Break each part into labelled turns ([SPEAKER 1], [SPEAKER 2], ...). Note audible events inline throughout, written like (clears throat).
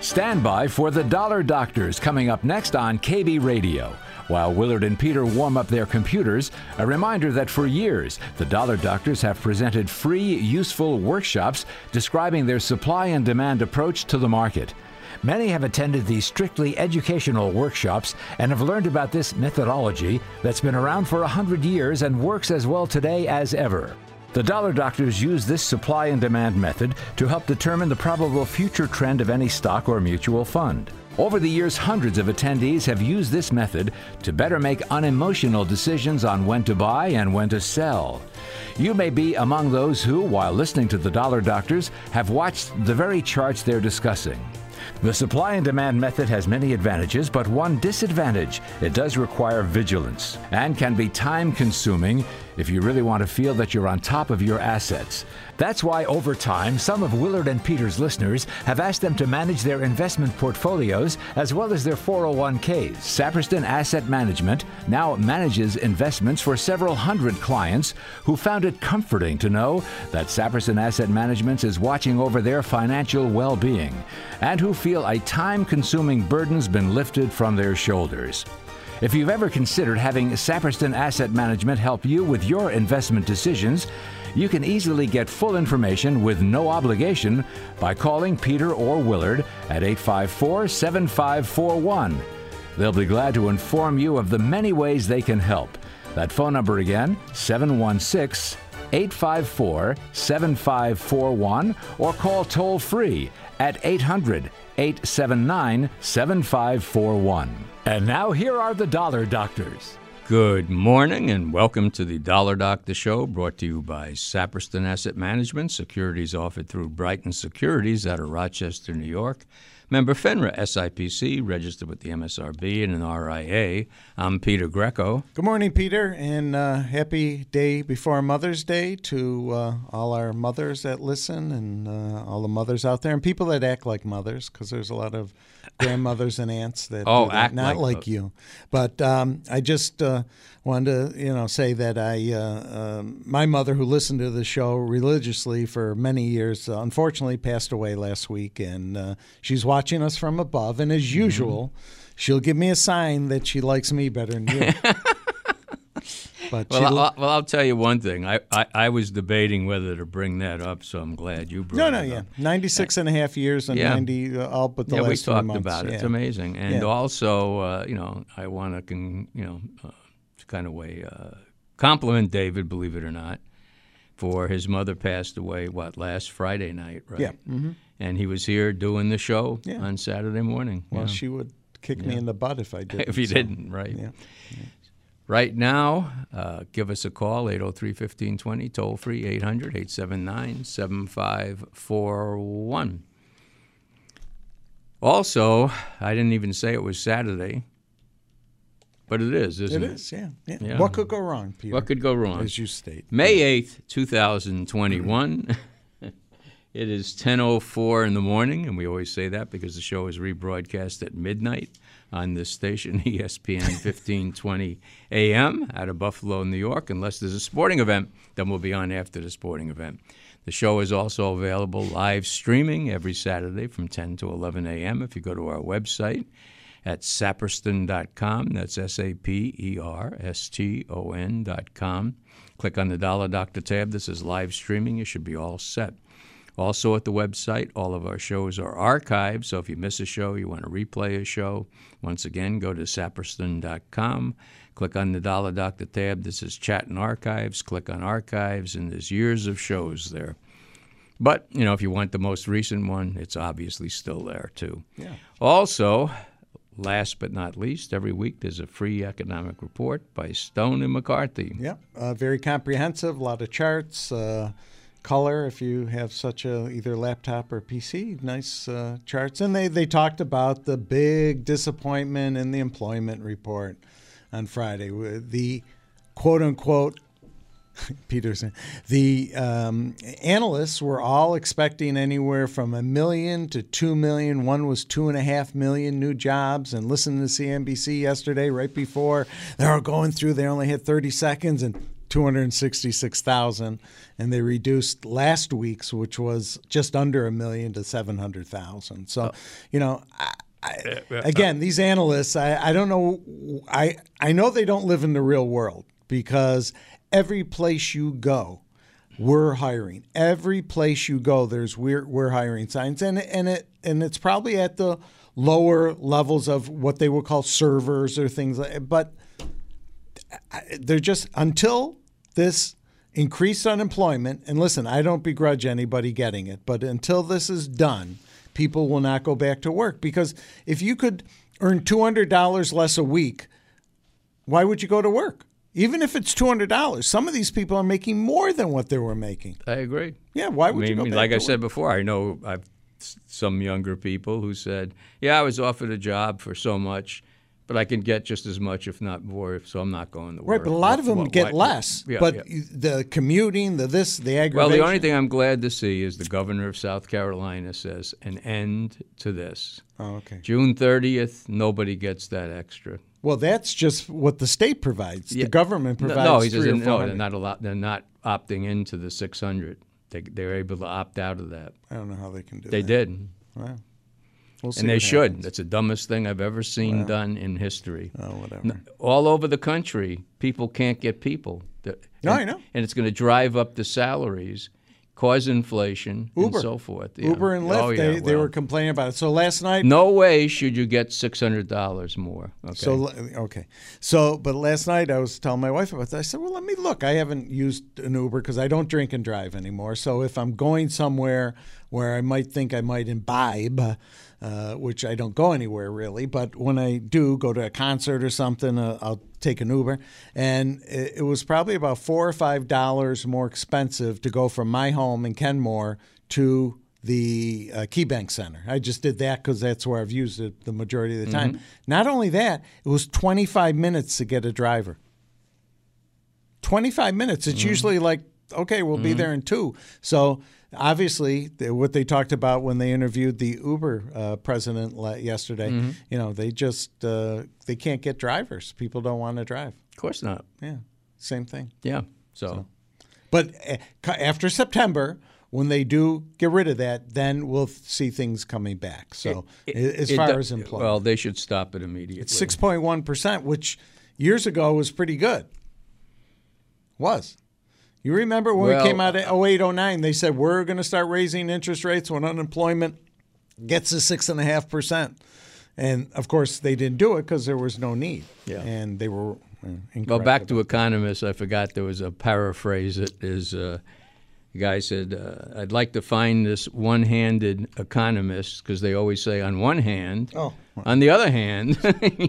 [SPEAKER 1] Stand by for the Dollar Doctors coming up next on KB Radio. While Willard and Peter warm up their computers, a reminder that for years, the Dollar Doctors have presented free, useful workshops describing their supply and demand approach to the market. Many have attended these strictly educational workshops and have learned about this methodology that's been around for 100 years and works as well today as ever. The dollar doctors use this supply and demand method to help determine the probable future trend of any stock or mutual fund. Over the years, hundreds of attendees have used this method to better make unemotional decisions on when to buy and when to sell. You may be among those who, while listening to the dollar doctors, have watched the very charts they're discussing. The supply and demand method has many advantages, but one disadvantage it does require vigilance and can be time consuming if you really want to feel that you're on top of your assets. That's why, over time, some of Willard and Peter's listeners have asked them to manage their investment portfolios as well as their 401ks. Saperston Asset Management now manages investments for several hundred clients who found it comforting to know that Saperston Asset Management is watching over their financial well being and who feel a time consuming burden's been lifted from their shoulders. If you've ever considered having Saperston Asset Management help you with your investment decisions, you can easily get full information with no obligation by calling Peter or Willard at 854 7541. They'll be glad to inform you of the many ways they can help. That phone number again, 716 854 7541, or call toll free at 800 879 7541. And now here are the Dollar Doctors.
[SPEAKER 2] Good morning and welcome to the Dollar Doctor Show brought to you by Saperston Asset Management, securities offered through Brighton Securities out of Rochester, New York. Member FINRA SIPC, registered with the MSRB and an RIA. I'm Peter Greco.
[SPEAKER 3] Good morning, Peter, and uh, happy day before Mother's Day to uh, all our mothers that listen and uh, all the mothers out there and people that act like mothers because there's a lot of grandmothers and aunts that
[SPEAKER 2] Oh,
[SPEAKER 3] do that.
[SPEAKER 2] act
[SPEAKER 3] not
[SPEAKER 2] like
[SPEAKER 3] like,
[SPEAKER 2] those.
[SPEAKER 3] you. But um, I just uh, wanted to you know say that I uh, um, my mother who listened to the show religiously for many years uh, unfortunately passed away last week, and uh, she's watching us from above. And
[SPEAKER 2] Mm-hmm.
[SPEAKER 3] as usual, she'll give me a sign that she likes me better than you. But she
[SPEAKER 2] Well,
[SPEAKER 3] lo-
[SPEAKER 2] I, Uh, well, I'll tell you one thing. I, I, I was debating whether to bring that up, so I'm glad you brought
[SPEAKER 3] no, no,
[SPEAKER 2] it
[SPEAKER 3] yeah,
[SPEAKER 2] up.
[SPEAKER 3] 96 and a half years and
[SPEAKER 2] Yeah.
[SPEAKER 3] 90 uh, all but the
[SPEAKER 2] yeah,
[SPEAKER 3] last
[SPEAKER 2] we
[SPEAKER 3] three
[SPEAKER 2] talked
[SPEAKER 3] months.
[SPEAKER 2] about it. It's
[SPEAKER 3] Yeah.
[SPEAKER 2] amazing. And
[SPEAKER 3] Yeah.
[SPEAKER 2] also, uh, you know, I want to, con- you know, uh, kind of way uh, compliment David, believe it or not, for his mother passed away, what, last Friday night, right?
[SPEAKER 3] Yeah. Mm-hmm.
[SPEAKER 2] And he was here doing the show
[SPEAKER 3] Yeah.
[SPEAKER 2] on Saturday morning.
[SPEAKER 3] Well,
[SPEAKER 2] yeah.
[SPEAKER 3] she would kick me in the butt if I did.
[SPEAKER 2] (laughs) if you didn't, right? Right now, uh, give us a call, 803 1520, toll free 800 879 7541. Also, I didn't even say it was Saturday, but it is, isn't
[SPEAKER 3] It
[SPEAKER 2] it?
[SPEAKER 3] is, yeah. yeah.
[SPEAKER 2] Yeah.
[SPEAKER 3] What could go wrong, Peter?
[SPEAKER 2] What could go wrong?
[SPEAKER 3] as you state.
[SPEAKER 2] May 8th, 2021. (laughs) it is 10:04 in the morning and we always say that because the show is rebroadcast at midnight on this station (laughs) E ESPN 1520 AM out of Buffalo, New York. Unless there's a sporting event, then we'll be on after the sporting event. The show is also available live streaming every Saturday from 10 to 11 a.m. if you go to our website at saperston.com. That's S A P E R S T O N.com. Click on the Dollar Doctor tab. This is live streaming. You should be all set. Also at the website, all of our shows are archived. So if you miss a show, you want to replay a show, once again, go to saperston.com. Click on the Dollar Doctor tab. This is Chat and Archives. Click on Archives, and there's years of shows there. But, you know, if you want the most recent one, it's obviously still there, too. Yeah. Also, last but not least, every week there's a free economic report by Stone and McCarthy.
[SPEAKER 3] Yeah, uh, very comprehensive. A lot of charts, uh, color. If you have such a either laptop or PC, nice uh, charts. And they they talked about the big disappointment in the employment report on Friday. W- The quote unquote. Peterson. The um, analysts were all expecting anywhere from a million to two million. One was two and a half million new jobs. And listening to CNBC yesterday, right before, they're all going through. They only had 30 seconds and 266,000 and they reduced last week's which was just under a million to 700,000. So, you know, I, I, again, these analysts, I, I don't know I I know they don't live in the real world because every place you go, we're hiring. Every place you go, there's we're we're hiring signs, and and it and it's probably at the lower levels of what they would call servers or things like. But they're just until this increased unemployment. And listen, I don't begrudge anybody getting it, but until this is done, people will not go back to work because if you could earn two hundred dollars less a week, why would you go to work? Even if it's two hundred dollars, some of these people are making more than what they were making.
[SPEAKER 2] I agree.
[SPEAKER 3] Yeah, why
[SPEAKER 2] I
[SPEAKER 3] would you
[SPEAKER 2] mean,
[SPEAKER 3] go back
[SPEAKER 2] like
[SPEAKER 3] to
[SPEAKER 2] I
[SPEAKER 3] work?
[SPEAKER 2] said before, I know I've s- some younger people who said, "Yeah, I was offered a job for so much, but I can get just as much, if not more, so I'm not going to work."
[SPEAKER 3] Right, but a lot of them
[SPEAKER 2] Why-
[SPEAKER 3] get
[SPEAKER 2] why-
[SPEAKER 3] less.
[SPEAKER 2] Yeah, yeah.
[SPEAKER 3] but you- the commuting, the this, the aggravation.
[SPEAKER 2] Well, the only thing I'm glad to see is the governor of South Carolina says an end to this.
[SPEAKER 3] Oh, okay.
[SPEAKER 2] June 30th, nobody gets that extra.
[SPEAKER 3] Well, that's just what the state provides.
[SPEAKER 2] Yeah.
[SPEAKER 3] The government
[SPEAKER 2] No,
[SPEAKER 3] provides.
[SPEAKER 2] no, he
[SPEAKER 3] three
[SPEAKER 2] says
[SPEAKER 3] or
[SPEAKER 2] no. They're
[SPEAKER 3] 400.
[SPEAKER 2] not allowed. They're not opting into the 600. They, they're able to opt out of that.
[SPEAKER 3] I don't know how they can do
[SPEAKER 2] They
[SPEAKER 3] that.
[SPEAKER 2] did,
[SPEAKER 3] Wow. We'll see
[SPEAKER 2] and they
[SPEAKER 3] what
[SPEAKER 2] should.
[SPEAKER 3] happens.
[SPEAKER 2] That's the dumbest thing I've ever seen done in history.
[SPEAKER 3] Oh, whatever.
[SPEAKER 2] All over the country, people can't get people. The-
[SPEAKER 3] No,
[SPEAKER 2] and,
[SPEAKER 3] I know.
[SPEAKER 2] And it's going to drive up the salaries, cause inflation,
[SPEAKER 3] Uber.
[SPEAKER 2] and so forth. Yeah.
[SPEAKER 3] Uber and Lyft,
[SPEAKER 2] Oh, yeah,
[SPEAKER 3] they, they
[SPEAKER 2] well.
[SPEAKER 3] were complaining about it. So last night,
[SPEAKER 2] No way should you get six hundred dollars more. Okay.
[SPEAKER 3] So le- okay, so but last night I was telling my wife about that. I said, "Well, let me look. I haven't used an Uber because I don't drink and drive anymore. So if I'm going somewhere where I might think I might imbibe, uh, which I don't go anywhere really, but when I do go to a concert or something, uh, I'll take an Uber. And it, it was probably about four or five dollars more expensive to go from my home in Kenmore to the uh, KeyBank Center. I just did that because that's where I've used it the majority of the time. Not only that, it was 25 minutes to get a driver. 25 minutes. It's usually like, okay, we'll be there in two. So obviously, th- what they talked about when they interviewed the Uber uh, president la- yesterday, you know, they just uh, they can't get drivers. People don't want to drive.
[SPEAKER 2] of course not.
[SPEAKER 3] Yeah, same thing.
[SPEAKER 2] Yeah. So,
[SPEAKER 3] But uh, c- after September, when they do get rid of that, then we'll th- see things coming back. So a- as
[SPEAKER 2] It
[SPEAKER 3] far
[SPEAKER 2] do-
[SPEAKER 3] as employment,
[SPEAKER 2] well, they should stop it immediately.
[SPEAKER 3] six point one percent, which years ago was pretty good. Was. You remember when
[SPEAKER 2] Well, uh,
[SPEAKER 3] we came out oh of 08, 09, they said we're going to start raising interest rates when unemployment gets to six and a half percent, and of course they didn't do it because there was no need.
[SPEAKER 2] Yeah.
[SPEAKER 3] and they were. uh,
[SPEAKER 2] Well,
[SPEAKER 3] incorrect
[SPEAKER 2] back to economists. I forgot there was a paraphrase. It is uh, the guy said, uh, "I'd like to find this one-handed economist because they always say on one hand,
[SPEAKER 3] Oh.
[SPEAKER 2] on the other hand."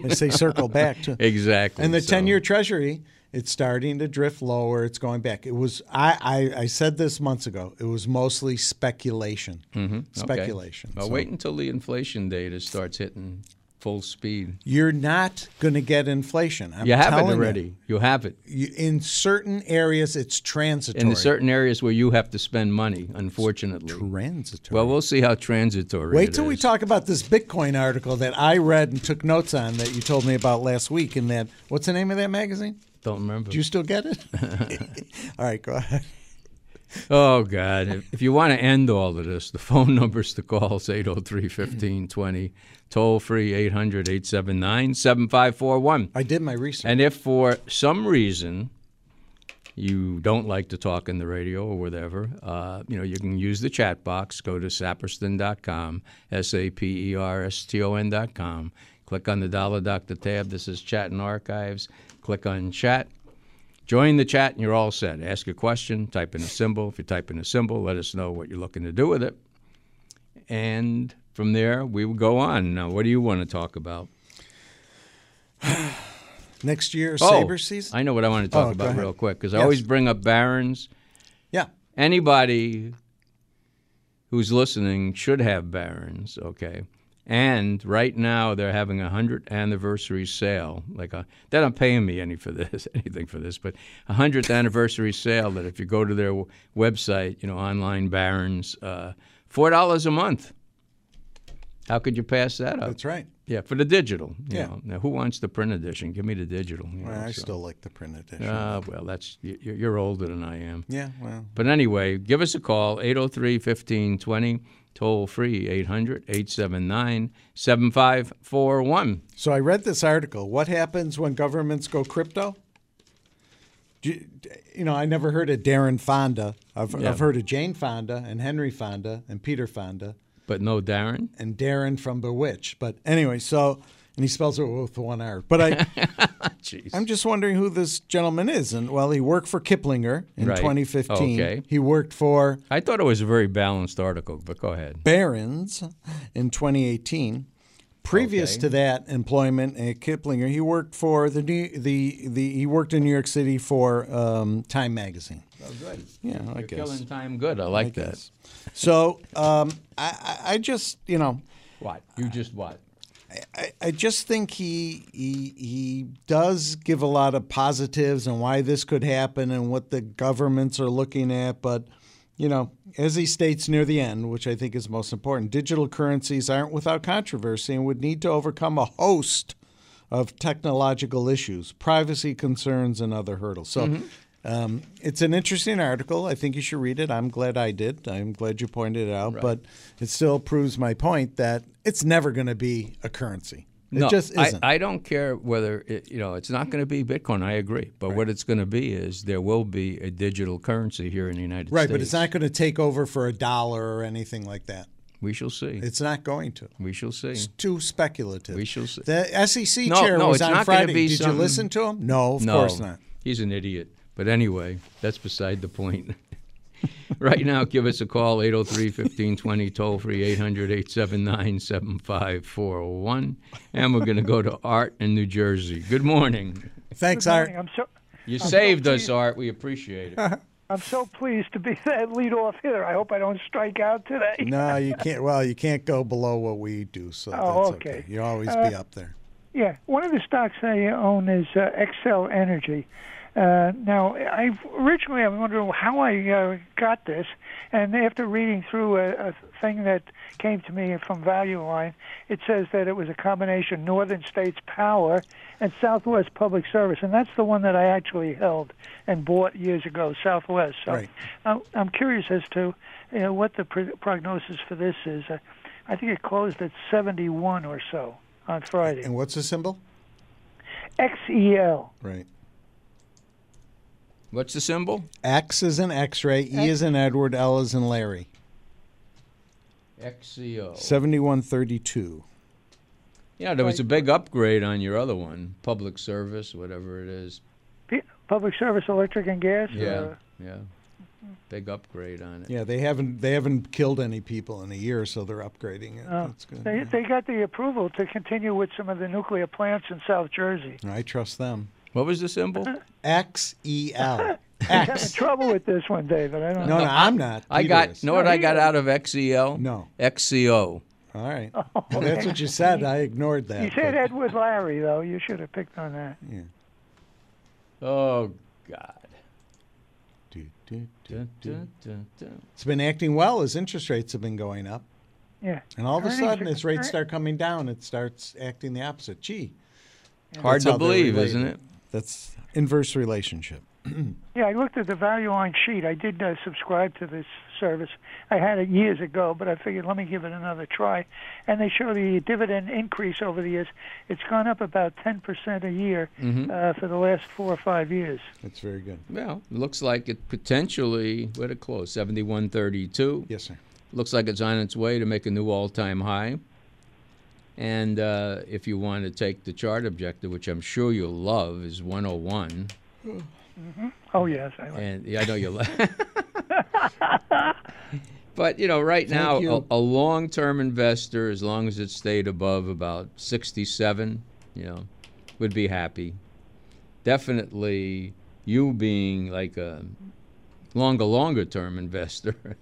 [SPEAKER 2] (laughs)
[SPEAKER 3] They say circle back to
[SPEAKER 2] exactly.
[SPEAKER 3] And the
[SPEAKER 2] so-
[SPEAKER 3] ten-year Treasury, it's starting to drift lower. It's going back. It was I I, I said this months ago. It was mostly speculation. Mm-hmm.
[SPEAKER 2] Okay.
[SPEAKER 3] Speculation.
[SPEAKER 2] Well,
[SPEAKER 3] So
[SPEAKER 2] wait until the inflation data starts hitting full speed.
[SPEAKER 3] You're not going to get inflation. I'm
[SPEAKER 2] You have it
[SPEAKER 3] telling
[SPEAKER 2] already. You have it.
[SPEAKER 3] You, in certain areas, it's transitory.
[SPEAKER 2] in the certain areas where you have to spend money, unfortunately.
[SPEAKER 3] transitory.
[SPEAKER 2] Well, we'll see how transitory.
[SPEAKER 3] Wait
[SPEAKER 2] it
[SPEAKER 3] till we
[SPEAKER 2] is.
[SPEAKER 3] talk about this Bitcoin article that I read and took notes on that you told me about last week. In that, what's the name of that magazine?
[SPEAKER 2] Don't remember.
[SPEAKER 3] Do you still get
[SPEAKER 2] (laughs)
[SPEAKER 3] it? (laughs) All right, go ahead.
[SPEAKER 2] Oh, God. If, if you want to end all of this, the phone numbers to call is 803 1520, toll free 800 879 7541.
[SPEAKER 3] I did my research.
[SPEAKER 2] And if for some reason you don't like to talk in the radio or whatever, uh, you know, you can use the chat box. Go to saperston.com, S A P E R S T O N.com. Click on the Dollar Doctor tab. This is Chat and Archives. Click on Chat. Join the chat and you're all set. Ask a question, type in a symbol. If you type in a symbol, let us know what you're looking to do with it. And from there, we will go on. Now, what do you want to talk about?
[SPEAKER 3] Next year,
[SPEAKER 2] Oh,
[SPEAKER 3] Saber season.
[SPEAKER 2] I know what I want to talk
[SPEAKER 3] Oh, go
[SPEAKER 2] about
[SPEAKER 3] ahead.
[SPEAKER 2] real quick because I
[SPEAKER 3] Yes.
[SPEAKER 2] always bring up barons.
[SPEAKER 3] yeah.
[SPEAKER 2] Anybody who's listening should have barons, okay? And right now they're having a hundredth anniversary sale. Like a, they're not paying me any for this, (laughs) anything for this, but a hundredth anniversary sale. That if you go to their w- website, you know, online barons, uh, four dollars a month. How could you pass that up?
[SPEAKER 3] That's right.
[SPEAKER 2] Yeah, for the digital. You
[SPEAKER 3] Yeah.
[SPEAKER 2] Know. Now, who wants the print edition? Give me the digital. you know,
[SPEAKER 3] I
[SPEAKER 2] so-
[SPEAKER 3] still like the print edition.
[SPEAKER 2] Ah, well, that's you- you're you're older than I am.
[SPEAKER 3] yeah, well,
[SPEAKER 2] But anyway, give us a call, 803 1520, toll free 800 879 7541.
[SPEAKER 3] So I read this article. What happens when governments go crypto? Do You you know, I never heard of Darren Fonda. I've,
[SPEAKER 2] Yeah.
[SPEAKER 3] I've heard of Jane Fonda and Henry Fonda and Peter Fonda
[SPEAKER 2] But no, Darren.
[SPEAKER 3] and Darren from Bewitched. But anyway, so and he spells it with one R. But
[SPEAKER 2] (laughs)
[SPEAKER 3] I,
[SPEAKER 2] Jeez.
[SPEAKER 3] I'm just wondering who this gentleman is. And well, he worked for Kiplinger in
[SPEAKER 2] Right. Oh,
[SPEAKER 3] 2015.
[SPEAKER 2] Okay.
[SPEAKER 3] He worked for
[SPEAKER 2] I thought it was a very balanced article, but go ahead.
[SPEAKER 3] Barron's in 2018. Previous
[SPEAKER 2] Okay.
[SPEAKER 3] to that employment at Kiplinger, he worked for the New, the the he worked in New York City for um, Time Magazine.
[SPEAKER 2] Oh, good.
[SPEAKER 3] Yeah, I
[SPEAKER 2] You're
[SPEAKER 3] guess.
[SPEAKER 2] killing time good. I like that.
[SPEAKER 3] So um, I, I I just you know
[SPEAKER 2] What? You just what?
[SPEAKER 3] I, I just think he he he does give a lot of positives and why this could happen and what the governments are looking at, but you know, as he states near the end, which I think is most important, digital currencies aren't without controversy and would need to overcome a host of technological issues, privacy concerns, and other hurdles. So.
[SPEAKER 2] Mm-hmm.
[SPEAKER 3] Um, it's an interesting article. I think you should read it. I'm glad I did. I'm glad you pointed it out. But it still proves my point that it's never going to be a currency. It just isn't.
[SPEAKER 2] I, I don't care whether it, you know it's not going to be Bitcoin. I agree, but what it's going to be is there will be a digital currency here in the United
[SPEAKER 3] right,
[SPEAKER 2] States.
[SPEAKER 3] but it's not going to take over for a dollar or anything like that.
[SPEAKER 2] We shall see.
[SPEAKER 3] It's not going to.
[SPEAKER 2] we shall see.
[SPEAKER 3] It's too speculative.
[SPEAKER 2] We shall see.
[SPEAKER 3] The SEC
[SPEAKER 2] No,
[SPEAKER 3] chair
[SPEAKER 2] no,
[SPEAKER 3] was
[SPEAKER 2] it's
[SPEAKER 3] on
[SPEAKER 2] not gonna
[SPEAKER 3] Friday.
[SPEAKER 2] be
[SPEAKER 3] Did
[SPEAKER 2] something-
[SPEAKER 3] you listen to him? No, of
[SPEAKER 2] no,
[SPEAKER 3] course not.
[SPEAKER 2] He's an idiot. But anyway, that's beside the point. (laughs) right now, give us a call 803 1520, toll free 800 879 7541. And we're going to go to Art in New Jersey. Good morning.
[SPEAKER 3] Thanks,
[SPEAKER 4] Good
[SPEAKER 3] Art.
[SPEAKER 4] morning. I'm so
[SPEAKER 2] You saved us,
[SPEAKER 4] pleased.
[SPEAKER 2] Art. We appreciate it.
[SPEAKER 4] I'm so pleased to be (laughs) that lead off hitter. I hope I don't strike out today.
[SPEAKER 3] No, you can't. Well, you can't go below what we do, so
[SPEAKER 4] Oh,
[SPEAKER 3] that's okay.
[SPEAKER 4] okay.
[SPEAKER 3] You always be up there.
[SPEAKER 4] Yeah, one of the stocks I own is uh, Excel Energy. Uh, now, I originally I was wondering how I uh, got this, and after reading through a, a thing that came to me from Value Line, it says that it was a combination of Northern States Power and Southwest Public Service, and that's the one that I actually held and bought years ago, Southwest. So
[SPEAKER 3] Right.
[SPEAKER 4] I'm, I'm curious as to you know, what the pr- prognosis for this is. Uh, I think it closed at 71 or so on Friday.
[SPEAKER 3] And what's the symbol?
[SPEAKER 4] XEL.
[SPEAKER 3] Right.
[SPEAKER 2] What's the symbol?
[SPEAKER 3] X is in X-ray. E is in Edward. L is in Larry.
[SPEAKER 2] XCO.
[SPEAKER 3] Seventy-one thirty-two.
[SPEAKER 2] Yeah, there was a big upgrade on your other one, public service, whatever it is.
[SPEAKER 4] P- Public Service Electric and Gas? uh,
[SPEAKER 2] Yeah,
[SPEAKER 4] or-
[SPEAKER 2] yeah. Big upgrade on it.
[SPEAKER 3] Yeah, they haven't they haven't killed any people in a year, so they're upgrading it.
[SPEAKER 4] Oh.
[SPEAKER 3] That's good.
[SPEAKER 4] they,
[SPEAKER 3] yeah.
[SPEAKER 4] they got the approval to continue with some of the nuclear plants in South Jersey.
[SPEAKER 3] I trust
[SPEAKER 4] (laughs)
[SPEAKER 3] them.
[SPEAKER 2] What was the symbol?
[SPEAKER 3] X E L.
[SPEAKER 4] I'm having trouble with this one, David. I don't
[SPEAKER 3] No,
[SPEAKER 4] know.
[SPEAKER 3] no, I'm not.
[SPEAKER 2] I
[SPEAKER 3] Peter
[SPEAKER 2] got.
[SPEAKER 3] is.
[SPEAKER 2] Know what I got
[SPEAKER 4] he-
[SPEAKER 2] out of E XEL?
[SPEAKER 3] No.
[SPEAKER 2] XCO.
[SPEAKER 3] All right. Well, that's what you said. I ignored that.
[SPEAKER 4] Oh, You said
[SPEAKER 3] but-
[SPEAKER 4] Edward Larry, though. You should have picked on that.
[SPEAKER 2] Oh God.
[SPEAKER 3] Do, do, do.
[SPEAKER 2] Dun, dun, dun, dun.
[SPEAKER 3] It's been acting well as interest rates have been going up,
[SPEAKER 4] Yeah.
[SPEAKER 3] and all of a
[SPEAKER 4] Earnings
[SPEAKER 3] sudden,
[SPEAKER 4] are-
[SPEAKER 3] as rates
[SPEAKER 4] ear-
[SPEAKER 3] start coming down, it starts acting the opposite. Gee,
[SPEAKER 2] Hard
[SPEAKER 3] That's
[SPEAKER 2] to
[SPEAKER 3] how they're
[SPEAKER 2] believe,
[SPEAKER 3] related.
[SPEAKER 2] isn't it?
[SPEAKER 3] That's inverse relationship.
[SPEAKER 4] Yeah, I looked at the value line sheet. I did uh, subscribe to this service. I had it years ago, but I figured let me give it another try. And they show the dividend increase over the years. It's gone up about 10% a year uh, for the last four or five years.
[SPEAKER 3] That's very good.
[SPEAKER 2] Well, it looks like it potentially. Where it close? Seventy-one thirty-two.
[SPEAKER 3] Yes,
[SPEAKER 4] (laughs)
[SPEAKER 3] sir.
[SPEAKER 2] Looks like it's on its way to make a new all-time high. And uh, if you want to take the chart objective, which I'm sure you'll love, is 101.
[SPEAKER 4] Oh, yes. I like
[SPEAKER 2] And yeah, I know you will (laughs) but you know, right now,
[SPEAKER 3] you.
[SPEAKER 2] a, a long-term investor, as long as it stayed above about 67, you know, would be happy. Definitely, you being like a longer, longer-term investor, (laughs)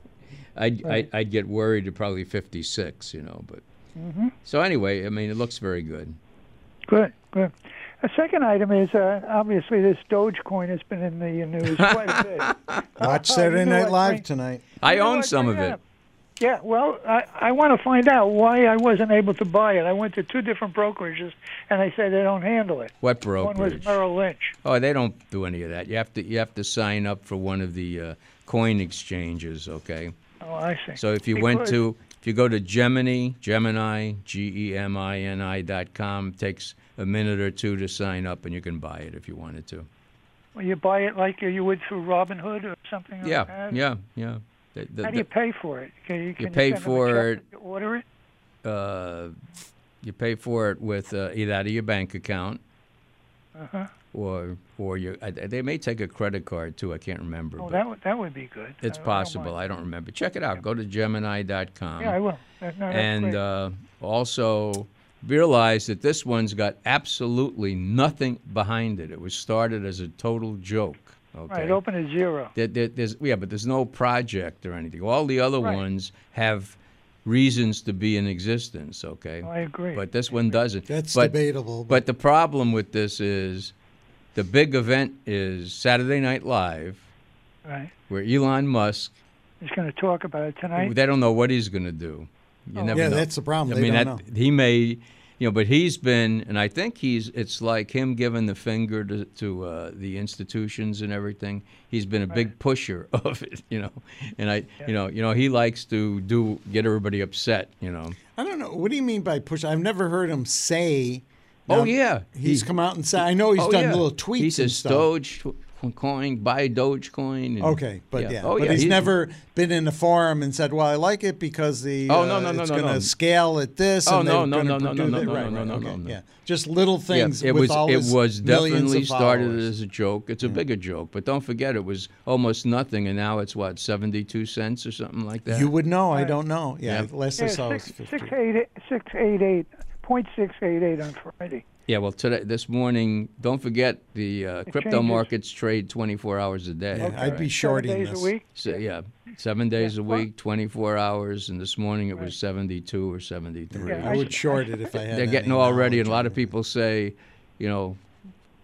[SPEAKER 2] I'd, I'd, I'd get worried at probably 56, you know. But
[SPEAKER 4] Mm-hmm.
[SPEAKER 2] so anyway, I mean, it looks very good.
[SPEAKER 4] Good, good. A second item is uh, obviously this Dogecoin has been in the news quite a bit.
[SPEAKER 2] (laughs)
[SPEAKER 3] Watch Saturday
[SPEAKER 4] you know
[SPEAKER 3] Night
[SPEAKER 4] what,
[SPEAKER 3] Live
[SPEAKER 4] Frank?
[SPEAKER 3] tonight.
[SPEAKER 2] I
[SPEAKER 4] You know
[SPEAKER 2] own
[SPEAKER 4] what,
[SPEAKER 2] some of
[SPEAKER 4] bring
[SPEAKER 2] it.
[SPEAKER 4] up. Yeah, well, I, I want to find out why I wasn't able to buy it. I went to two different brokerages, and they say they don't handle it.
[SPEAKER 2] What
[SPEAKER 4] One was
[SPEAKER 2] brokerage?
[SPEAKER 4] Merrill Lynch.
[SPEAKER 2] Oh, they don't do any of that. You have to you have to sign up for one of the uh, coin exchanges. Okay.
[SPEAKER 4] Oh, I see.
[SPEAKER 2] So if you went
[SPEAKER 4] Because-
[SPEAKER 2] to if you go to Gemini, Gemini, G E M I N I dot com, takes a minute or two to sign up, and you can buy it if you wanted to.
[SPEAKER 4] Well, you buy it like you would through Robinhood or something like
[SPEAKER 2] Yeah,
[SPEAKER 4] that?
[SPEAKER 2] yeah, yeah. The- the-
[SPEAKER 4] How do you pay for it? Can you, can
[SPEAKER 2] pay
[SPEAKER 4] you send them a
[SPEAKER 2] for
[SPEAKER 4] check
[SPEAKER 2] it-
[SPEAKER 4] if you Order it?
[SPEAKER 2] uh, you pay for it with uh, either out of your bank account
[SPEAKER 4] Uh-huh.
[SPEAKER 2] or or your I, they may take a credit card too. I can't remember,
[SPEAKER 4] Oh,
[SPEAKER 2] but
[SPEAKER 4] that would that would be good.
[SPEAKER 2] it's
[SPEAKER 4] I- I don't
[SPEAKER 2] possible.
[SPEAKER 4] mind.
[SPEAKER 2] I don't remember. Check it out. Go to Gemini.com.
[SPEAKER 4] yeah, I will. That- no, that's
[SPEAKER 2] and
[SPEAKER 4] great.
[SPEAKER 2] uh, also realize that this one's got absolutely nothing behind it. It was started as a total joke. Okay.
[SPEAKER 4] right, open at zero.
[SPEAKER 2] There, there, there's, yeah, but there's no project or anything. All the other
[SPEAKER 4] Right.
[SPEAKER 2] ones have reasons to be in existence. Okay.
[SPEAKER 4] Oh, I agree.
[SPEAKER 2] But this one doesn't.
[SPEAKER 3] That's
[SPEAKER 2] but,
[SPEAKER 3] debatable,
[SPEAKER 2] But the problem with this is, the big event is Saturday Night Live,
[SPEAKER 4] Right.
[SPEAKER 2] where Elon Musk.
[SPEAKER 4] Just going to talk about it tonight.
[SPEAKER 2] They don't know what he's going to do. You
[SPEAKER 4] Oh,
[SPEAKER 2] never
[SPEAKER 3] Yeah,
[SPEAKER 2] know.
[SPEAKER 3] that's the problem.
[SPEAKER 2] I
[SPEAKER 3] They
[SPEAKER 2] mean,
[SPEAKER 3] don't
[SPEAKER 2] that, he may, you know, but he's been, and I think he's. It's like him giving the finger to, to uh, the institutions and everything. He's been a big pusher (laughs) of it, you know. And I, you know, you know, he likes to do get everybody upset, you know.
[SPEAKER 3] I don't know. What do you mean by push? I've never heard him say.
[SPEAKER 2] Oh,
[SPEAKER 3] Now,
[SPEAKER 2] yeah.
[SPEAKER 3] he's
[SPEAKER 2] He-
[SPEAKER 3] come out and said. I know he's
[SPEAKER 2] oh,
[SPEAKER 3] done
[SPEAKER 2] yeah.
[SPEAKER 3] little tweets.
[SPEAKER 2] He
[SPEAKER 3] and
[SPEAKER 2] says
[SPEAKER 3] stuff.
[SPEAKER 2] Dogecoin, buy Dogecoin. and-
[SPEAKER 3] Okay, but yeah,
[SPEAKER 2] Oh,
[SPEAKER 3] but
[SPEAKER 2] yeah.
[SPEAKER 3] he's never been in a forum and said, "Well, I like it because the
[SPEAKER 2] Oh, no,
[SPEAKER 3] uh,
[SPEAKER 2] no, no,
[SPEAKER 3] it's
[SPEAKER 2] no,
[SPEAKER 3] going to
[SPEAKER 2] no.
[SPEAKER 3] scale at this."
[SPEAKER 2] Oh,
[SPEAKER 3] and
[SPEAKER 2] no,
[SPEAKER 3] they're
[SPEAKER 2] no,
[SPEAKER 3] gonna
[SPEAKER 2] no, no,
[SPEAKER 3] do
[SPEAKER 2] no,
[SPEAKER 3] that."
[SPEAKER 2] no,
[SPEAKER 3] right,
[SPEAKER 2] no,
[SPEAKER 3] right,
[SPEAKER 2] no, no,
[SPEAKER 3] okay,
[SPEAKER 2] no.
[SPEAKER 3] yeah, just little
[SPEAKER 2] Yeah,
[SPEAKER 3] things.
[SPEAKER 2] it
[SPEAKER 3] with
[SPEAKER 2] was
[SPEAKER 3] all
[SPEAKER 2] it
[SPEAKER 3] his
[SPEAKER 2] was
[SPEAKER 3] millions
[SPEAKER 2] definitely
[SPEAKER 3] of
[SPEAKER 2] started
[SPEAKER 3] followers.
[SPEAKER 2] as a joke. It's a bigger joke, but don't forget it was almost nothing, and now it's what seventy two cents or something like that.
[SPEAKER 3] You would know. I don't know. Yeah,
[SPEAKER 2] Yeah.
[SPEAKER 3] last I
[SPEAKER 4] Yeah,
[SPEAKER 3] saw was
[SPEAKER 4] six,
[SPEAKER 3] 50.
[SPEAKER 4] six, eight, eight, six, eight, eight, point six eight eight on Friday.
[SPEAKER 2] yeah, well, today this morning, don't forget the uh, crypto
[SPEAKER 4] changes.
[SPEAKER 2] markets trade twenty four hours a day.
[SPEAKER 3] Yeah, I'd be
[SPEAKER 4] Seven
[SPEAKER 3] shorting
[SPEAKER 4] days
[SPEAKER 3] this.
[SPEAKER 4] a week.
[SPEAKER 2] So, yeah, seven days a
[SPEAKER 4] well-
[SPEAKER 2] week, twenty four hours, and this morning it was seventy two or seventy three.
[SPEAKER 4] Yeah,
[SPEAKER 3] I would short it if I had.
[SPEAKER 2] They're getting
[SPEAKER 3] any
[SPEAKER 2] already, and a lot
[SPEAKER 3] knowledge
[SPEAKER 2] of people say, you know,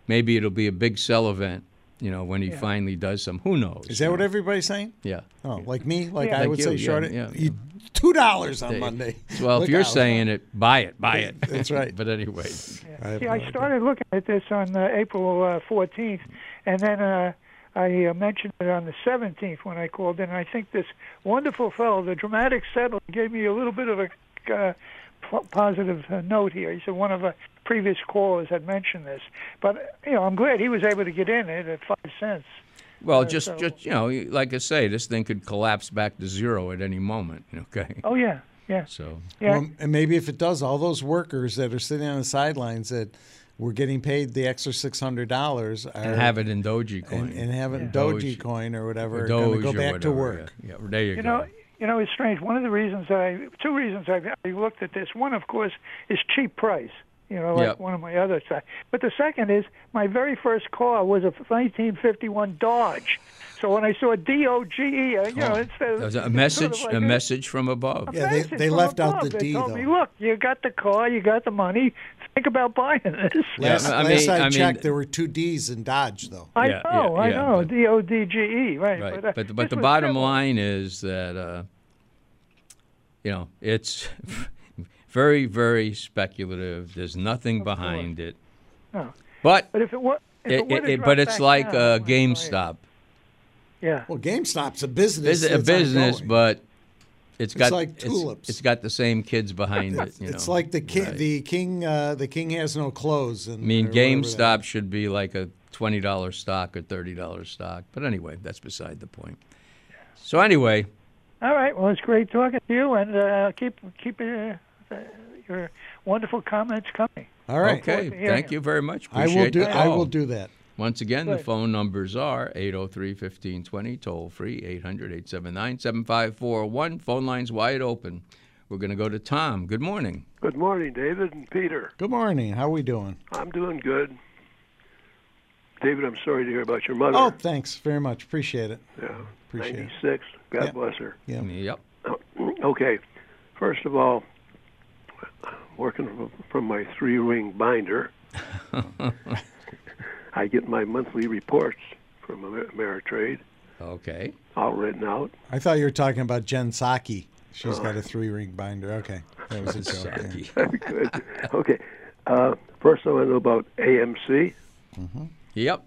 [SPEAKER 2] maybe it'll be a big sell event. You know, when he finally does some, who knows?
[SPEAKER 3] Is that
[SPEAKER 2] you
[SPEAKER 3] what
[SPEAKER 2] know?
[SPEAKER 3] everybody's saying?
[SPEAKER 2] Yeah.
[SPEAKER 3] Oh, like me? Like
[SPEAKER 4] Yeah.
[SPEAKER 3] I
[SPEAKER 2] Like
[SPEAKER 3] would
[SPEAKER 2] you,
[SPEAKER 3] say
[SPEAKER 2] yeah,
[SPEAKER 3] short it.
[SPEAKER 2] yeah,
[SPEAKER 3] You- Two dollars on Monday.
[SPEAKER 2] Well,
[SPEAKER 3] Look
[SPEAKER 2] if you're
[SPEAKER 3] out.
[SPEAKER 2] saying it, buy it, buy it.
[SPEAKER 3] That's right.
[SPEAKER 2] (laughs) but anyway,
[SPEAKER 3] I have
[SPEAKER 4] See,
[SPEAKER 3] no
[SPEAKER 4] I
[SPEAKER 3] idea.
[SPEAKER 4] started looking at this on uh, April uh, 14th, and then uh, I uh, mentioned it on the 17th when I called in. And I think this wonderful fellow, the dramatic settler, gave me a little bit of a uh, po- positive uh, note here. He said one of the previous callers had mentioned this, but you know I'm glad he was able to get in it at five cents.
[SPEAKER 2] well, just
[SPEAKER 4] so-
[SPEAKER 2] just you know, like I say, this thing could collapse back to zero at any moment. (laughs) Okay,
[SPEAKER 4] Oh yeah, yeah,
[SPEAKER 2] so
[SPEAKER 4] yeah.
[SPEAKER 3] Well, and maybe if it does, all those workers that are sitting on the sidelines that were getting paid the extra six hundred dollars are
[SPEAKER 2] and have it in Dogecoin
[SPEAKER 3] and, and having
[SPEAKER 2] Doge.
[SPEAKER 3] Dogecoin or whatever
[SPEAKER 2] or
[SPEAKER 3] are going to
[SPEAKER 2] Doge
[SPEAKER 3] go
[SPEAKER 2] or
[SPEAKER 3] back to
[SPEAKER 2] whatever,
[SPEAKER 3] work.
[SPEAKER 2] Yeah, yeah, there you, go.
[SPEAKER 4] You know, you know, it's strange. One of the reasons I, two reasons I, I looked at this. One, of course, is cheap price. You know, like
[SPEAKER 2] Yep.
[SPEAKER 4] one of my other side. But the second is my very first car was a 1951 Dodge. So when I saw D O G E, you know, it says (laughs)
[SPEAKER 2] There's Oh,
[SPEAKER 4] it's sort
[SPEAKER 2] a
[SPEAKER 4] of
[SPEAKER 2] message,
[SPEAKER 4] like
[SPEAKER 2] a message from above.
[SPEAKER 3] Yeah, they-
[SPEAKER 4] message
[SPEAKER 3] they
[SPEAKER 4] from
[SPEAKER 3] left out
[SPEAKER 4] above.
[SPEAKER 3] the
[SPEAKER 4] They
[SPEAKER 3] D,
[SPEAKER 4] told
[SPEAKER 3] though.
[SPEAKER 4] Me, Look, you got the car, you got the money. Think about buying this.
[SPEAKER 2] Yeah,
[SPEAKER 3] Last,
[SPEAKER 2] I
[SPEAKER 3] last
[SPEAKER 2] mean-
[SPEAKER 3] I,
[SPEAKER 2] I mean-
[SPEAKER 3] checked, there were two D's in Dodge, though.
[SPEAKER 4] I
[SPEAKER 2] Yeah,
[SPEAKER 4] know,
[SPEAKER 2] yeah,
[SPEAKER 4] I
[SPEAKER 2] yeah,
[SPEAKER 4] know.
[SPEAKER 2] but-
[SPEAKER 4] D O D G E, right?
[SPEAKER 2] Right,
[SPEAKER 4] uh,
[SPEAKER 2] but
[SPEAKER 4] this
[SPEAKER 2] but the
[SPEAKER 4] was
[SPEAKER 2] bottom
[SPEAKER 4] still-
[SPEAKER 2] line is that uh, you know it's (laughs) very very speculative. There's nothing behind it,
[SPEAKER 4] No.
[SPEAKER 2] but
[SPEAKER 4] But if it were, if it,
[SPEAKER 2] it,
[SPEAKER 4] would've
[SPEAKER 2] it, it,
[SPEAKER 4] dropped
[SPEAKER 2] but it's
[SPEAKER 4] back
[SPEAKER 2] like uh,
[SPEAKER 4] down, I might have bought it.
[SPEAKER 2] GameStop.
[SPEAKER 4] Yeah.
[SPEAKER 3] Well, GameStop's a business.
[SPEAKER 2] It's a
[SPEAKER 3] that's
[SPEAKER 2] business,
[SPEAKER 3] ongoing.
[SPEAKER 2] but it's got
[SPEAKER 3] like tulips.
[SPEAKER 2] it's got the same kids behind
[SPEAKER 3] (laughs)
[SPEAKER 2] it. You
[SPEAKER 3] it's
[SPEAKER 2] know?
[SPEAKER 3] like the king.
[SPEAKER 2] Right.
[SPEAKER 3] The king. Uh, the king has no clothes. And
[SPEAKER 2] I mean,
[SPEAKER 3] or whatever that-
[SPEAKER 2] GameStop should be like a twenty dollar stock or thirty dollar stock. But anyway, that's beside the point. So anyway,
[SPEAKER 4] All right. Well, it's great talking to you, and uh, keep keep uh, uh, your wonderful comments coming.
[SPEAKER 3] All right.
[SPEAKER 2] okay,
[SPEAKER 4] hearing
[SPEAKER 2] thank
[SPEAKER 4] you.
[SPEAKER 2] you very much.
[SPEAKER 3] I
[SPEAKER 2] Appreciate
[SPEAKER 3] will do.
[SPEAKER 2] the
[SPEAKER 3] I
[SPEAKER 2] call.
[SPEAKER 3] will do that.
[SPEAKER 2] Once again, the
[SPEAKER 4] Good.
[SPEAKER 2] phone numbers are 803-1520, toll free, 800-879-7541. Phone lines wide open. We're going to go to Tom. Good morning.
[SPEAKER 5] Good morning, David and Peter.
[SPEAKER 3] Good morning. How are we doing?
[SPEAKER 5] I'm doing good. David, I'm sorry to hear about your mother.
[SPEAKER 3] Oh, thanks very much. Appreciate it.
[SPEAKER 5] yeah,
[SPEAKER 3] appreciate it.
[SPEAKER 5] 96. God
[SPEAKER 3] Yeah.
[SPEAKER 5] bless her.
[SPEAKER 3] Yeah.
[SPEAKER 2] Yep.
[SPEAKER 5] Okay, first of all, working from- from my three ring
[SPEAKER 3] (laughs)
[SPEAKER 5] binder, I get my monthly reports from Amer- Ameritrade,
[SPEAKER 2] Okay.
[SPEAKER 5] all written out. (laughs)
[SPEAKER 3] I thought you were talking about Jen Psaki.
[SPEAKER 5] Oh.
[SPEAKER 3] She's got a three ring binder. Okay. That was a joke. yeah.
[SPEAKER 2] Saki.
[SPEAKER 5] Good. Okay. Uh, first, I want to know about AMC.
[SPEAKER 2] Yep.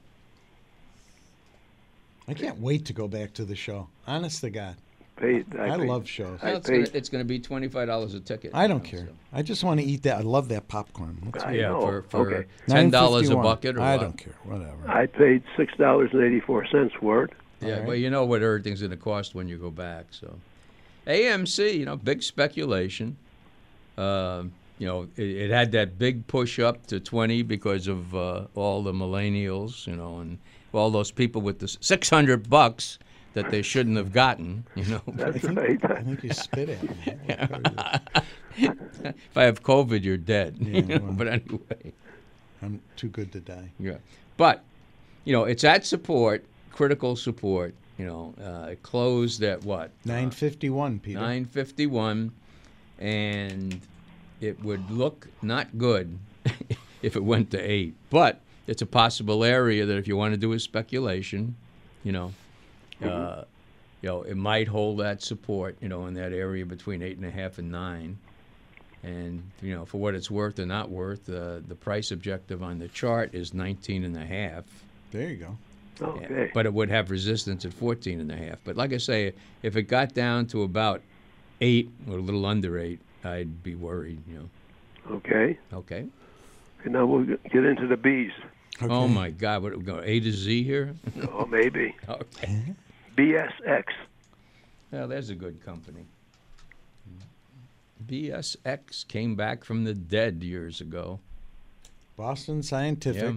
[SPEAKER 3] I can't wait to go back to the show. Honest to God.
[SPEAKER 5] Paid.
[SPEAKER 3] I
[SPEAKER 5] paid-
[SPEAKER 3] love shows.
[SPEAKER 5] I
[SPEAKER 2] It's gonna,
[SPEAKER 5] paid-
[SPEAKER 2] it's gonna be twenty-five dollars a ticket.
[SPEAKER 3] I don't
[SPEAKER 2] now,
[SPEAKER 3] care.
[SPEAKER 2] so.
[SPEAKER 3] I just want to eat that. I love that popcorn. What's
[SPEAKER 5] I
[SPEAKER 2] Yeah,
[SPEAKER 5] know.
[SPEAKER 2] for, for
[SPEAKER 5] okay.
[SPEAKER 2] ten dollars a
[SPEAKER 3] $9.51.
[SPEAKER 2] bucket. Or
[SPEAKER 3] I
[SPEAKER 2] what?
[SPEAKER 3] don't care. Whatever.
[SPEAKER 5] I paid six dollars and eighty-four cents for it.
[SPEAKER 2] Yeah,
[SPEAKER 3] All
[SPEAKER 2] well,
[SPEAKER 3] right.
[SPEAKER 2] you know what everything's going to cost when you go back. So, AMC, you know, big speculation. Um, you know, it, it had that big push up to 20 because of uh, all the millennials, you know, and all those people with the s- 600 bucks that they shouldn't have gotten. You know, (laughs)
[SPEAKER 3] I
[SPEAKER 5] That's
[SPEAKER 3] think,
[SPEAKER 5] right.
[SPEAKER 3] I think you spit
[SPEAKER 5] (laughs)
[SPEAKER 3] at me.
[SPEAKER 2] if I have COVID, you're dead. you know,
[SPEAKER 3] well.
[SPEAKER 2] (laughs) But anyway,
[SPEAKER 3] I'm too good to die.
[SPEAKER 5] Uh,
[SPEAKER 2] yeah. But you know, it's at support, critical support. You know, uh, it closed at what?
[SPEAKER 3] Nine fifty one, Peter.
[SPEAKER 2] 951 and it would look not good (laughs) if it went to 8 but it's a possible area that if you want to do a speculation you know uh, you know it might hold that support you know in that area between eight and a half and nine and you know for what it's worth or not worth uh, the price objective on the chart is 19 and a half
[SPEAKER 3] There you go.
[SPEAKER 2] yeah,
[SPEAKER 5] Okay.
[SPEAKER 2] But it would have resistance at 14 and a half. But like I say, if it got down to about eight or a little under eight, I'd be worried, you know.
[SPEAKER 5] Okay.
[SPEAKER 2] Okay.
[SPEAKER 5] And now we'll get into the bees.
[SPEAKER 2] Oh my God, what are we going A to Z here? (laughs)
[SPEAKER 5] Oh, maybe
[SPEAKER 2] okay.
[SPEAKER 5] BSX.
[SPEAKER 2] Now there's a good company. BSX came back from the dead years ago.
[SPEAKER 3] Boston
[SPEAKER 2] Yeah.
[SPEAKER 3] Scientific.